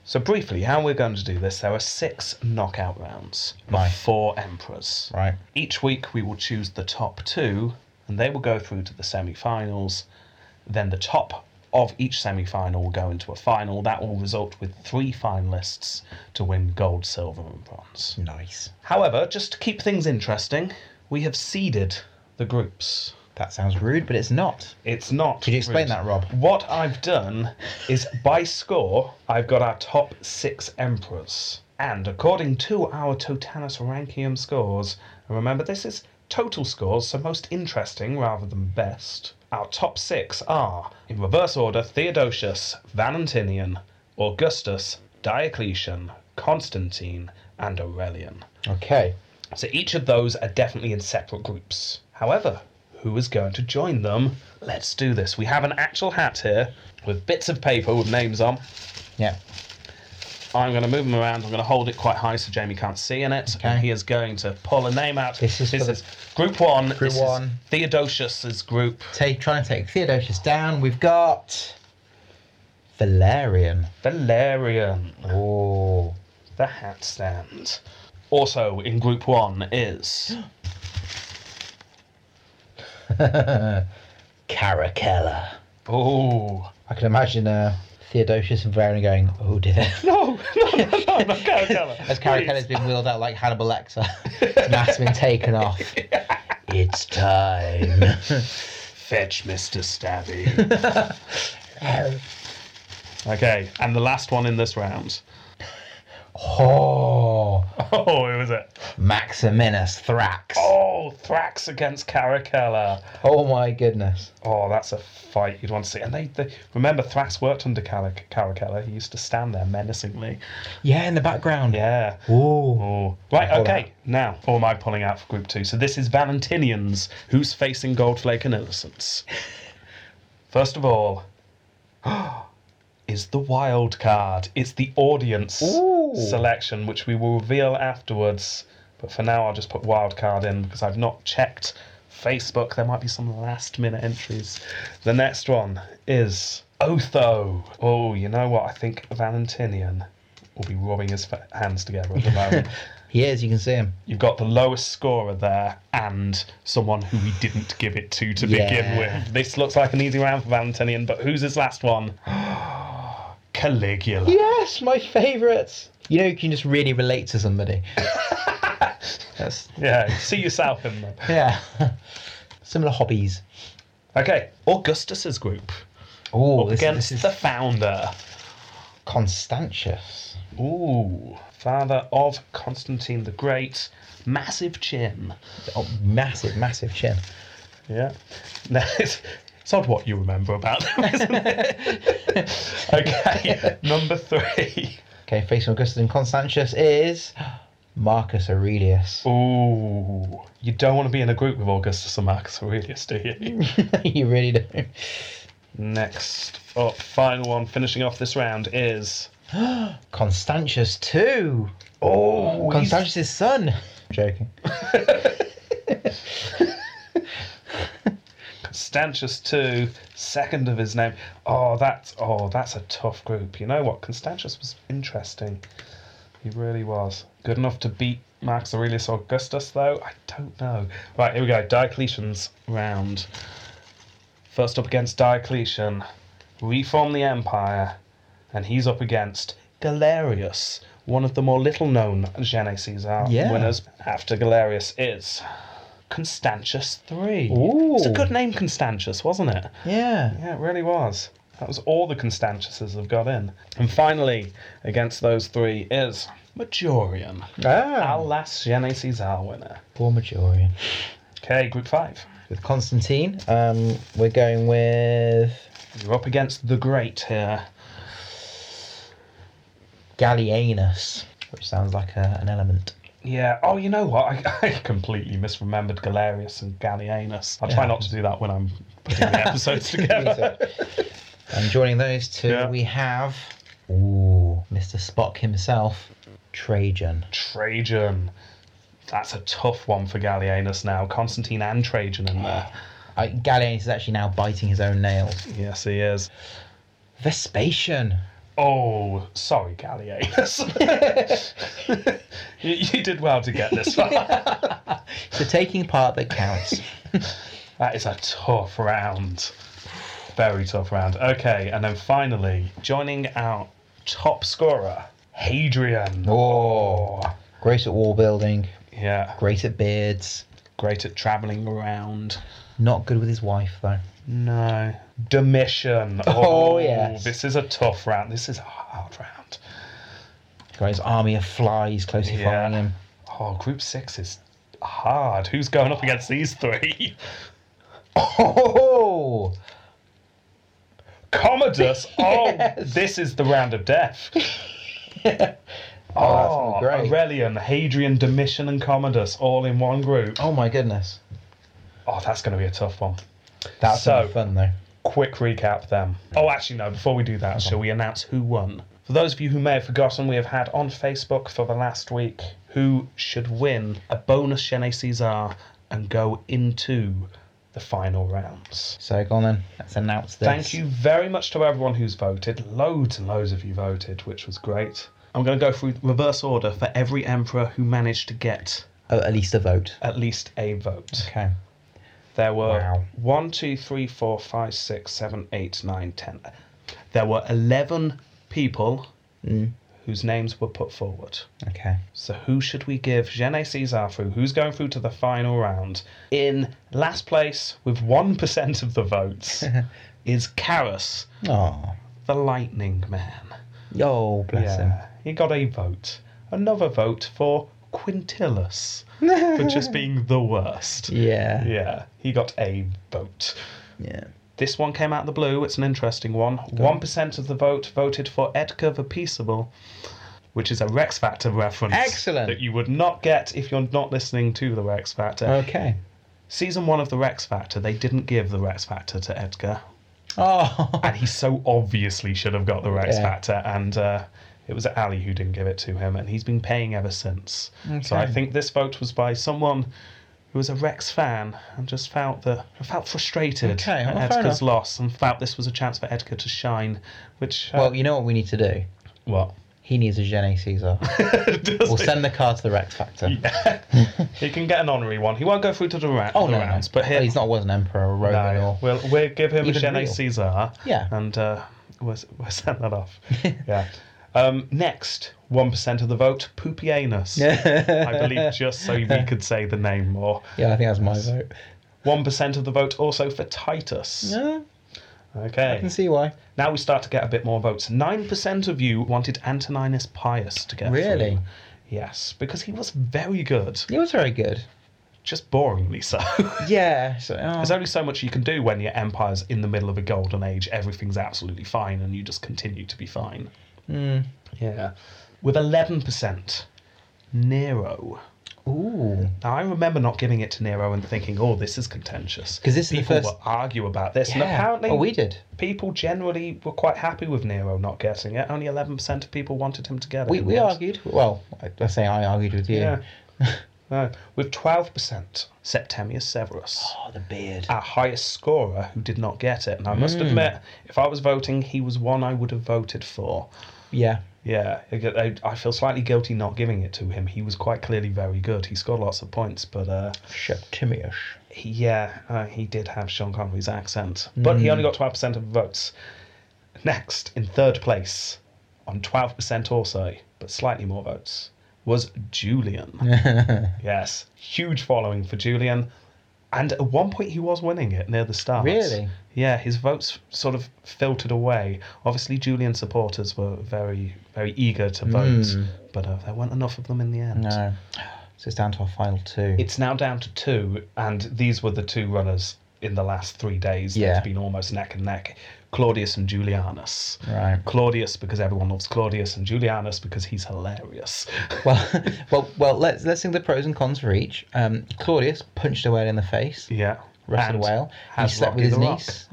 C: So, briefly, how we're going to do this there are six knockout rounds
B: Right.
C: of four emperors.
B: Right.
C: Each week, we will choose the top two, and they will go through to the semi finals. Then the top of each semi final will go into a final. That will result with three finalists to win gold, silver, and bronze.
B: Nice.
C: However, just to keep things interesting, we have seeded the groups.
B: That sounds rude, but it's not.
C: It's not.
B: Could you explain that, Rob?
C: What I've done is by score, I've got our top six emperors. And according to our Totanus Rankium scores, and remember this is total scores, so most interesting rather than best, our top six are, in reverse order, Theodosius, Valentinian, Augustus, Diocletian, Constantine, and Aurelian.
B: Okay.
C: So each of those are definitely in separate groups. However, who is going to join them? Let's do this. We have an actual hat here with bits of paper with names on.
B: Yeah.
C: I'm going to move them around. I'm going to hold it quite high so Jamie can't see in it. And
B: Okay.
C: he is going to pull a name out.
B: This is for the-
C: group one. Group
B: one.
C: Theodosius's group.
B: Take trying to take Theodosius down. We've got Valerian.
C: Valerian,
B: Oh.
C: the hat stand. Also in Group 1 is.
B: Caracalla.
C: Oh.
B: I can imagine uh, Theodosius and Verona going, oh dear.
C: No, no, no, no, no, Caracalla.
B: As Caracalla's been wheeled out like Hannibal Lecter, mask been taken off. It's time.
C: Fetch Mr. Stabby. okay, and the last one in this round.
B: oh,
C: Oh, who was it?
B: Maximinus Thrax.
C: Oh, Thrax against Caracalla.
B: Oh my goodness.
C: Oh, that's a fight you'd want to see. And they, they remember Thrax worked under Carac- Caracalla. He used to stand there menacingly.
B: Yeah, in the background.
C: Yeah.
B: Ooh.
C: Oh. Right,
B: Pull
C: okay. Now, who am I pulling out for group two? So this is Valentinians, who's facing Goldflake and Innocence. First of all, is the wild card. It's the audience
B: Ooh.
C: selection, which we will reveal afterwards. But for now, I'll just put wild card in because I've not checked Facebook. There might be some last minute entries. The next one is Otho. Oh, you know what? I think Valentinian will be rubbing his fa- hands together at the moment.
B: He is, you can see him.
C: You've got the lowest scorer there and someone who we didn't give it to to begin
B: Yeah.
C: with. This looks like an easy round for Valentinian, but who's his last one? Caligula.
B: Yes, my favourites. You know, you can just really relate to somebody. That's,
C: Yeah, see yourself in them.
B: yeah. Similar hobbies.
C: Okay, Augustus's group
B: Oh, this,
C: against
B: this is
C: the founder.
B: Constantius.
C: Ooh, father of Constantine the Great, massive chin.
B: Oh, massive, massive chin.
C: Yeah, Now, it's, it's odd what you remember about them, isn't it? okay, number three.
B: Okay, facing Augustus and Constantius is Marcus Aurelius.
C: Ooh, you don't want to be in a group with Augustus and Marcus Aurelius, do you?
B: you really do.
C: Next up, final one, finishing off this round is.
B: Constantius too.
C: Oh,
B: Constantius' son. Joking.
C: Constantius two, second of his name. Oh, that's oh, that's a tough group. You know what? Constantius was interesting. He really was good enough to beat Marcus Aurelius Augustus, though. I don't know. Right, here we go. Diocletian's round. First up against Diocletian, reform the empire, and he's up against Galerius, one of the more little-known Genesis uh,
B: Yeah.
C: winners. After Galerius is Constantius three.
B: Ooh.
C: It's a good name, Constantius, wasn't it?
B: Yeah.
C: Yeah, it really was. That was all the Constantiuses have got in. And finally, against those three is Majorian. Our
B: Ah.
C: last Genesis R winner.
B: Poor Majorian.
C: Okay, group five.
B: With Constantine, um, we're going with
C: You're up against the great here.
B: Gallienus, which sounds like a, an element.
C: Yeah, oh, you know what? I, I completely misremembered Galerius and Gallienus. I try
B: Yeah.
C: not to do that when I'm putting the episodes together.
B: And joining those two,
C: Yeah.
B: we have ooh, Mr. Spock himself, Trajan.
C: Trajan. That's a tough one for Gallienus now. Constantine and Trajan in there.
B: Uh, Gallienus is actually now biting his own nails.
C: Yes, he is.
B: Vespasian.
C: Oh, sorry, Gallienus. you, you did well to get this far.
B: It's the taking part that
C: Oh.
B: counts.
C: that is a tough round. Very tough round. Okay, and then finally, joining our top scorer, Hadrian.
B: Oh. Great at wall building,
C: Yeah,
B: great at beards,
C: great at travelling around.
B: not good with his wife though.
C: No. Domitian.
B: Oh, yes.
C: This is a tough round. This is a hard round.
B: Got his army of flies closely
C: Yeah.
B: following him.
C: Oh, group six is hard. Who's going up against these three?
B: Oh!
C: Commodus. Oh, this is the round of death. oh,
B: that's great.
C: Aurelian, Hadrian, Domitian, and Commodus all in one group.
B: Oh my goodness.
C: Oh, that's going to be a tough one.
B: That's
C: So-
B: so fun though.
C: Quick recap then. Oh, actually, no, before we do that, shall we announce who won? For those of you who may have forgotten, we have had on Facebook for the last week who should win a bonus Chenet Caesar and go into the final rounds.
B: So go on then. Let's announce this.
C: Thank you very much to everyone who's voted. Loads and loads of you voted, which was great. I'm going to go through reverse order for every emperor who managed to get
B: Oh, at least a vote.
C: at least a vote.
B: Okay.
C: There were
B: Wow.
C: one, two, three, four, five, six, seven, eight, nine, ten. There were 11 people
B: Mm.
C: whose names were put forward.
B: Okay.
C: So who should we give Gene Cesar through? Who's going through to the final round? In last place with 1% of the votes is Karras,
B: Oh.
C: the Lightning Man.
B: Oh, bless
C: Yeah, he got a vote. Another vote for Quintilis for just being the worst.
B: him. Yeah. Yeah.
C: Yeah, he got a vote. This one came out of the blue. It's an interesting one. One percent of the vote voted for Edgar the Peaceable, which is a Rex Factor reference.
B: Excellent.
C: That you would not get if you're not listening to the Rex Factor.
B: Okay.
C: Season one of the Rex Factor, they didn't give the Rex Factor to Edgar,
B: Oh.
C: and he so obviously should have got the Rex
B: Yeah.
C: Factor, and uh, it was Ali who didn't give it to him, and he's been paying ever since. So I
B: Okay.
C: think this vote was by someone who was a Rex fan and just felt that felt frustrated
B: Okay, well,
C: at
B: fair
C: Edgar's
B: enough.
C: loss and felt this was a chance for Edgar to shine, which uh,
B: Well, you know what we need to do.
C: well,
B: He needs a Gene Caesar.
C: does
B: We'll
C: it?
B: send the card to the Rex Factor.
C: he can get an honorary one. He won't go through to the, ra-
B: Oh
C: the
B: no, no,
C: rounds, but here
B: he's not was an emperor or Roman
C: No,
B: or
C: we'll we'll give him
B: Even
C: Gene
B: real.
C: Caesar.
B: Yeah.
C: and uh, we'll, we'll send that off. yeah. Um, next, one percent of the vote, Pupianus. I believe just so we could say the name more.
B: Yeah, I think that's my vote.
C: One percent of the vote also for Titus.
B: Yeah, I
C: Okay.
B: can see why.
C: Now we start to get a bit more votes. Nine percent of you wanted Antoninus Pius to get
B: Really?
C: through. Yes, because he was very good,
B: It was very good.
C: just boringly so.
B: Yeah. So, oh,
C: There's only so much you can do when your empire's in the middle of a golden age. Everything's absolutely fine, and you just continue to be fine.
B: Hmm,
C: Yeah. With 11%, Nero.
B: ooh.
C: Now, I remember not giving it to Nero and thinking, oh, this is contentious.
B: 'Cause this is the
C: People
B: first-
C: will argue about this. And
B: Yeah.
C: apparently,
B: Oh, we did.
C: people generally were quite happy with Nero not getting it. Only 11% of people wanted him to get it.
B: We
C: in
B: we
C: the end.
B: argued. Well, I, I say I argued with you.
C: Yeah. No. With 12%, Septimius Severus.
B: Oh, the beard.
C: our highest scorer who did not get it. And I must admit, if I was voting, he was one I would have voted for.
B: Yeah.
C: Yeah, I, I feel slightly guilty not giving it to him. He was quite clearly very good. He scored lots of points, but uh,
B: Septimius.
C: he, yeah, uh, he did have Sean Connery's accent. But he
B: Mm.
C: only got 12% of votes. Next, in third place, on 12% also, but slightly more votes, was Julian. yes, huge following for Julian. And at one point, he was winning it near the start.
B: Really?
C: Yeah, his votes sort of filtered away. Obviously, Julian supporters were very, very eager to vote, but uh, there weren't enough of them in the end.
B: Mm. No. So it's down to our final two.
C: It's now down to two, and these were the two runners in the last three days.
B: Yeah.
C: They've been almost neck and neck Claudius and Julianus.
B: Right.
C: Claudius because everyone loves Claudius, and Julianus because he's hilarious.
B: Well, well, well. Let's let's think the pros and cons for each. Um, Claudius punched a whale in the face.
C: yeah.
B: Rusted a
C: And
B: whale. He
C: has
B: slept
C: Rocky
B: with his
C: the Rock.
B: niece,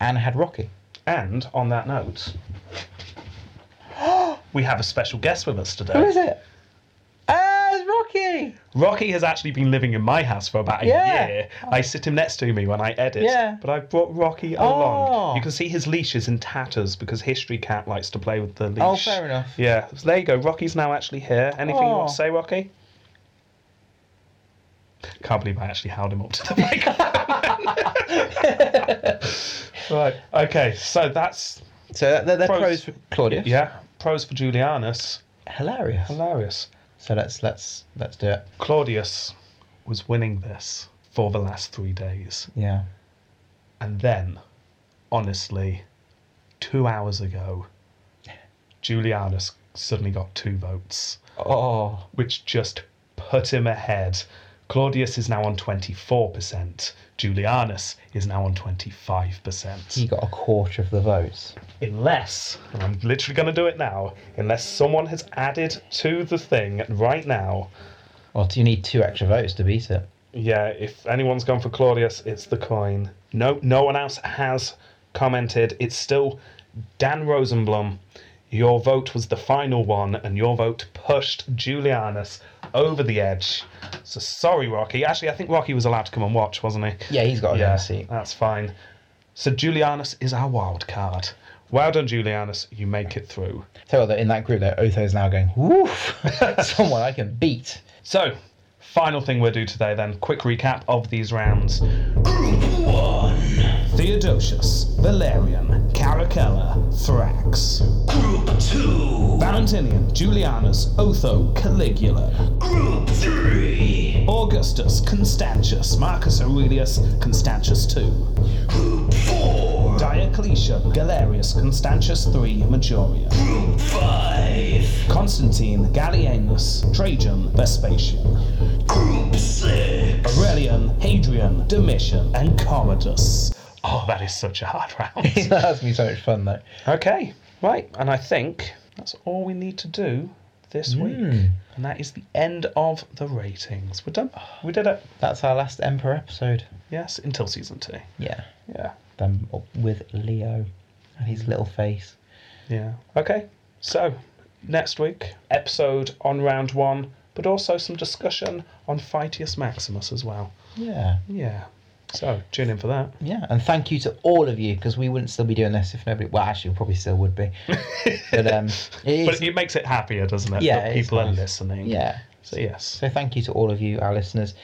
B: and had Rocky.
C: And on that note, we have a special guest with us today.
B: Who is it? Ah, it's Rocky.
C: Rocky has actually been living in my house for about a
B: Yeah.
C: year. I sit him next to me when I edit.
B: Yeah.
C: But I brought Rocky along.
B: Oh.
C: You can see his leash is in tatters because History Cat likes to play with the leash.
B: Oh, fair enough.
C: Yeah. So there you go. Rocky's now actually here. Anything you want
B: Oh.
C: to say, Rocky? Can't believe I actually held him up to the microphone. right. Okay. So that's
B: So that- they're, they're
C: Pros.
B: pros. for Claudius.
C: yeah. Pros for Julianus.
B: Hilarious.
C: Hilarious.
B: So let's let's let's do it.
C: Claudius was winning this for the last three days.
B: Yeah.
C: And then, honestly, two hours ago, Julianus suddenly got two votes,
B: Oh.
C: which just put him ahead. Claudius is now on 24%. Julianus is now on 25%.
B: He got a quarter of the votes.
C: Unless, and I'm literally going to do it now, unless someone has added to the thing right now.
B: Well, do you need two extra votes to beat it?
C: Yeah, if anyone's gone for Claudius, it's the coin. No, no one else has commented. It's still Dan Rosenblum. Your vote was the final one, and your vote pushed Julianus
E: over the edge. So sorry, Rocky. Actually, I think Rocky was allowed to come and watch, wasn't he?
F: Yeah, he's got a yeah. seat.
E: that's fine. So Julianus is our wild card. Well done, Julianus. You make it through.
F: Tell you what, in that group though, Otho's now going, woof, someone I can beat.
E: So, final thing we'll do today then. Quick recap of these rounds.
A: Group 1.
E: Theodosius, Valerian, Caracalla, Thrax,
A: Group 2.
E: Valentinian, Julianus, Otho, Caligula,
A: Group 3.
E: Augustus, Constantius, Marcus Aurelius, Constantius II,
A: Group 4.
E: Diocletian, Galerius, Constantius III, Majoria,
A: Group 5.
E: Constantine, Gallienus, Trajan, Vespasian,
A: Group 6.
E: Aurelian, Hadrian, Domitian, and Commodus. Oh, that is such a hard round.
F: that has been so much fun though.
E: okay, right, and I think that's all we need to do this
F: Hmm.
B: Hmm.
E: week, and that is the end of the ratings. We're done. We did it.
F: That's our last Emperor episode.
E: Yes, until season two.
F: Yeah.
E: Yeah.
F: Then up with Leo and his little face.
E: Yeah. Okay. So, next week, episode on round one, but also some discussion on Phytius Maximus as well.
F: Yeah.
E: Yeah. So, tune in for that.
F: Yeah, and thank you to all of you because we wouldn't still be doing this if nobody. Well, actually, we probably still would be. but um, it
E: But
F: is,
E: it makes it happier, doesn't it?
F: Yeah, it
E: That
F: is
E: people are
F: nice.
E: listening.
F: yeah.
E: So, yes.
F: So thank you to all of you, our listeners.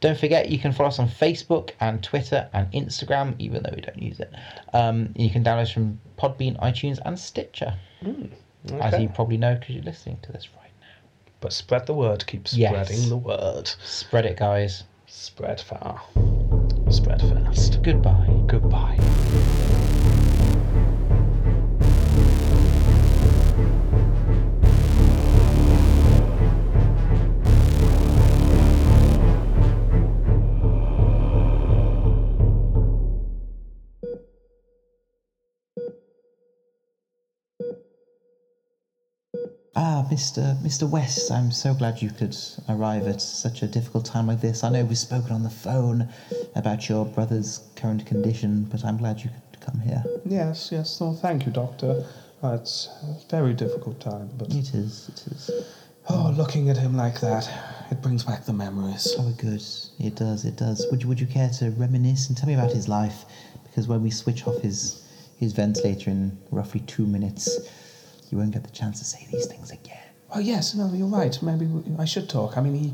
F: Don't forget, you can follow us on Facebook and Twitter and Instagram, even though we don't use it. Um, you can download us from Podbean, iTunes, and Stitcher, as
E: Okay.
F: you probably know because you're listening to this right now.
E: But spread the word. Keep
F: Yes.
E: spreading the word.
F: Spread it, guys.
E: Spread far. Spread fast.
F: Goodbye.
E: Goodbye.
B: Ah, Mr. Mr. West, I'm so glad you could arrive at such a difficult time like this. I know we've spoken on the phone about your brother's current condition, but I'm glad you could come here.
C: Yes, yes. No, thank you, Doctor. Uh, it's a very difficult time, but
B: It is, it is.
C: oh, looking at him like that, it brings back the memories.
B: Oh, good. It does. It does. Would you Would you care to reminisce and tell me about his life? Because when we switch off his his ventilator in roughly two minutes, you won't get the chance to say these things again.
C: Oh, yes. No, you're right. Maybe we, I should talk. I mean, he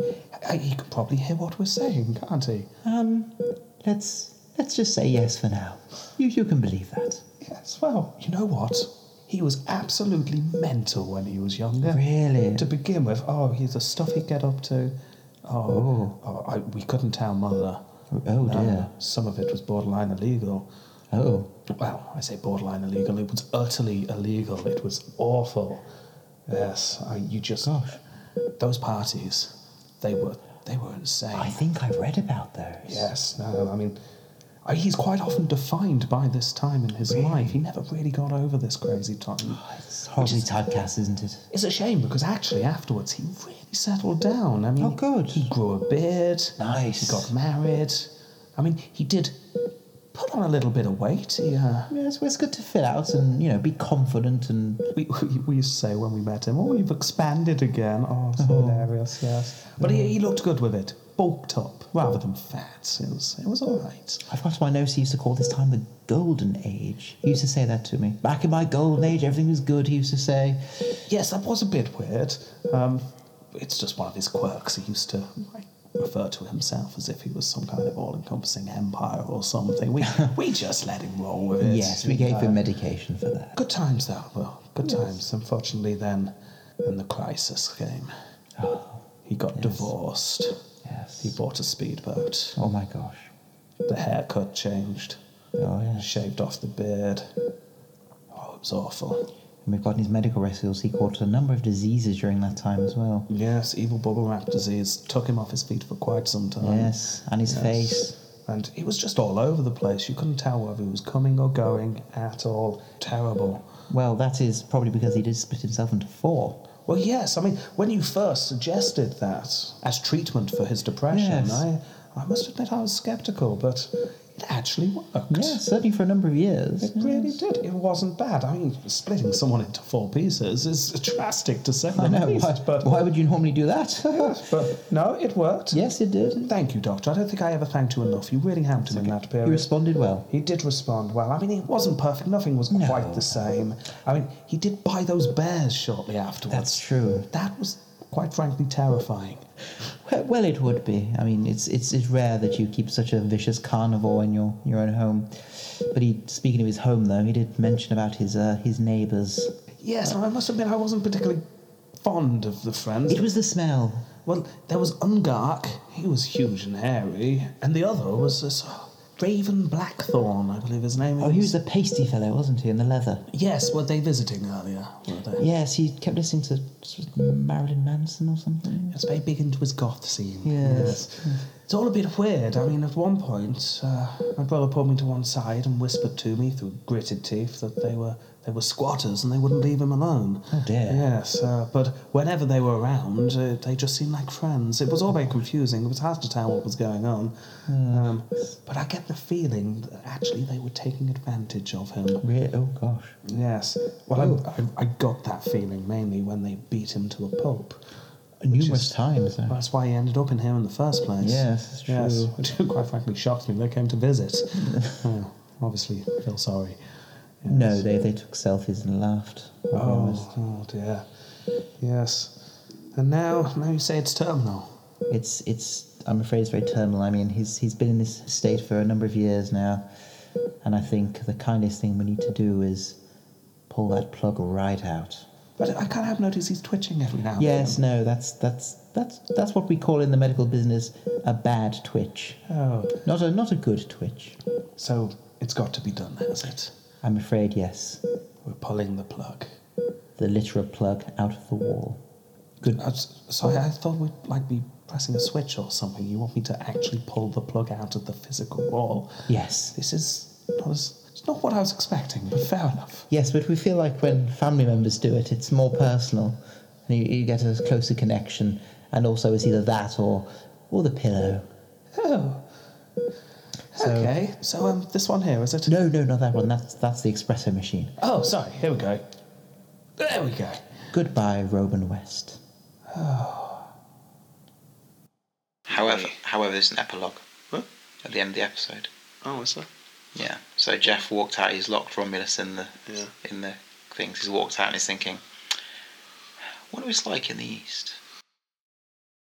C: I, he could probably hear what we're saying, can't he?
B: Um, let's let's just say yes for now. You you can believe that.
C: Yes. Well, you know what? He was absolutely mental when he was younger.
B: Really?
C: To begin with, oh, he's the stuff he'd get up to. Oh, oh I, we couldn't tell mother.
B: Oh
C: Um,
B: dear.
C: some of it was borderline illegal.
B: Oh.
C: well, I say borderline illegal. It was utterly illegal. It was awful. Yes, I, you just those parties, they were they were insane.
B: I think I read about those.
C: yes, no, I mean, I, he's quite often defined by this time in his life. He never really got over this crazy time.
B: It's horribly
C: Which is-
B: typecast, isn't it?
C: It's a shame because actually afterwards he really settled down. I mean,
B: Oh, good.
C: He grew a beard.
B: Nice.
C: He got married. I mean, he did put on a little bit of weight. He. Uh,
B: Yeah, it's, it's good to fill out and you know be confident and
C: We, we, we used to say when we met him, oh, you've expanded again. Oh,
B: Uh-huh.
C: so hilarious, yes. But he, he looked good with it, bulked up rather than fat. It was, it was all right.
B: I've got my nose. He used to call this time the golden age. He used to say that to me. Back in my golden age, everything was good. He used to say,
C: Yes, that was a bit weird. Um, it's just one of his quirks. He used to like, refer to himself as if he was some kind of all encompassing empire or something. We, we just let him roll with it.
B: "Yes, we gave him
C: Uh,
B: medication for that."
C: Good times, though. Well, good times. Unfortunately, then, then the crisis came.
B: Ah,
C: He got divorced.
B: Yes.
C: He bought a speedboat.
B: Oh my gosh.
C: The haircut changed.
B: Oh yeah.
C: Shaved off the beard. Oh, it was awful.
B: And we've got in his medical records. He caught a number of diseases during that time as well.
C: Yes, evil bubble wrap disease took him off his feet for quite some time.
B: Yes, and his
C: Yes.
B: face.
C: And he was just all over the place. You couldn't tell whether he was coming or going at all. Terrible.
B: Well, that is probably because he did split himself into four.
C: Well, yes, I mean, when you first suggested that as treatment for his depression,
B: Yes.
C: I, I must admit I was skeptical, but actually worked.
B: Yeah, certainly for a number of years.
C: It really did. It wasn't bad. I mean, splitting someone into four pieces is drastic to say the
B: I know.
C: least,
B: Why,
C: but,
B: why would you normally do that?
C: but no, it worked.
B: yes, it did.
C: Thank you, Doctor. I don't think I ever thanked you enough. You really helped him in that
B: You
C: period.
B: responded well.
C: He did respond well. I mean, it wasn't perfect. Nothing was
B: No.
C: quite the same. I mean, he did buy those bears shortly afterwards.
B: That's true.
C: That was quite frankly terrifying.
B: Well, well, it would be. I mean, it's it's it's rare that you keep such a vicious carnivore in your, your own home. But he, speaking of his home, though, he did mention about his uh, his neighbours.
C: Yes, and I must admit I wasn't particularly fond of the friends.
B: It was the smell.
C: well, there was Ungark. He was huge and hairy, and the other was this uh, Raven Blackthorn, I believe his name.
B: Oh, he was a pasty fellow, wasn't he, in the leather?
C: Yes, were they visiting earlier? Were they?
B: Yes, he kept listening to was it Marilyn Manson or something.
C: It's very big into his goth scene.
B: Yes.
C: It's all a bit weird. I mean, at one point, uh, my brother pulled me to one side and whispered to me through gritted teeth that they were they were squatters and they wouldn't leave him alone.
B: Oh, dear.
C: Yes, uh, but whenever they were around, uh, they just seemed like friends. It was all very confusing. It was hard to tell what was going on. Um, but I get the feeling that actually they were taking advantage of him.
B: Re- oh gosh.
C: Yes. Well, I, I, I got that feeling mainly when they beat him to a pulp.
B: Numerous
C: is-
B: times.
C: Well,
B: Though.
C: That's why he ended up in here in the first place.
B: Yes, it's
C: Yes,
B: true.
C: which quite frankly shocked me. They came to visit. oh, obviously, feel sorry. Yes.
B: No, they they took selfies and laughed.
C: Oh, oh dear. Yes. And now, now you say it's terminal.
B: It's it's I'm afraid it's very terminal. I mean, he's he's been in this state for a number of years now, and I think the kindest thing we need to do is pull that plug right out.
C: But I can't help notice he's twitching every now. and
B: Yes, no, that's that's that's that's what we call in the medical business a bad twitch,
C: then. Oh,
B: not a not a good twitch.
C: so it's got to be done, has it?
B: I'm afraid, yes,
C: We're pulling the plug.
B: the literal plug out of the wall. Good.
C: I was- sorry, I thought we'd like be pressing a switch or something. You want me to actually pull the plug out of the physical wall?
B: Yes.
C: This is not as, it's not what I was expecting, but fair enough.
B: Yes, but we feel like when family members do it, it's more personal, and you, you get a closer connection. And also, it's either that or or the pillow.
C: Oh.
B: So-
C: okay. So um, this one here is it?
B: No, no, not that one. That's that's the espresso machine.
C: Oh, sorry. Here we go. There we go.
B: Goodbye, Roman West.
G: However, however, there's an epilogue at the end of the episode.
H: Oh, is that?
G: Yeah. So Jeff walked out. He's locked Romulus in the
H: Yeah.
G: in the things. He's walked out and he's thinking, "What it was like in the East."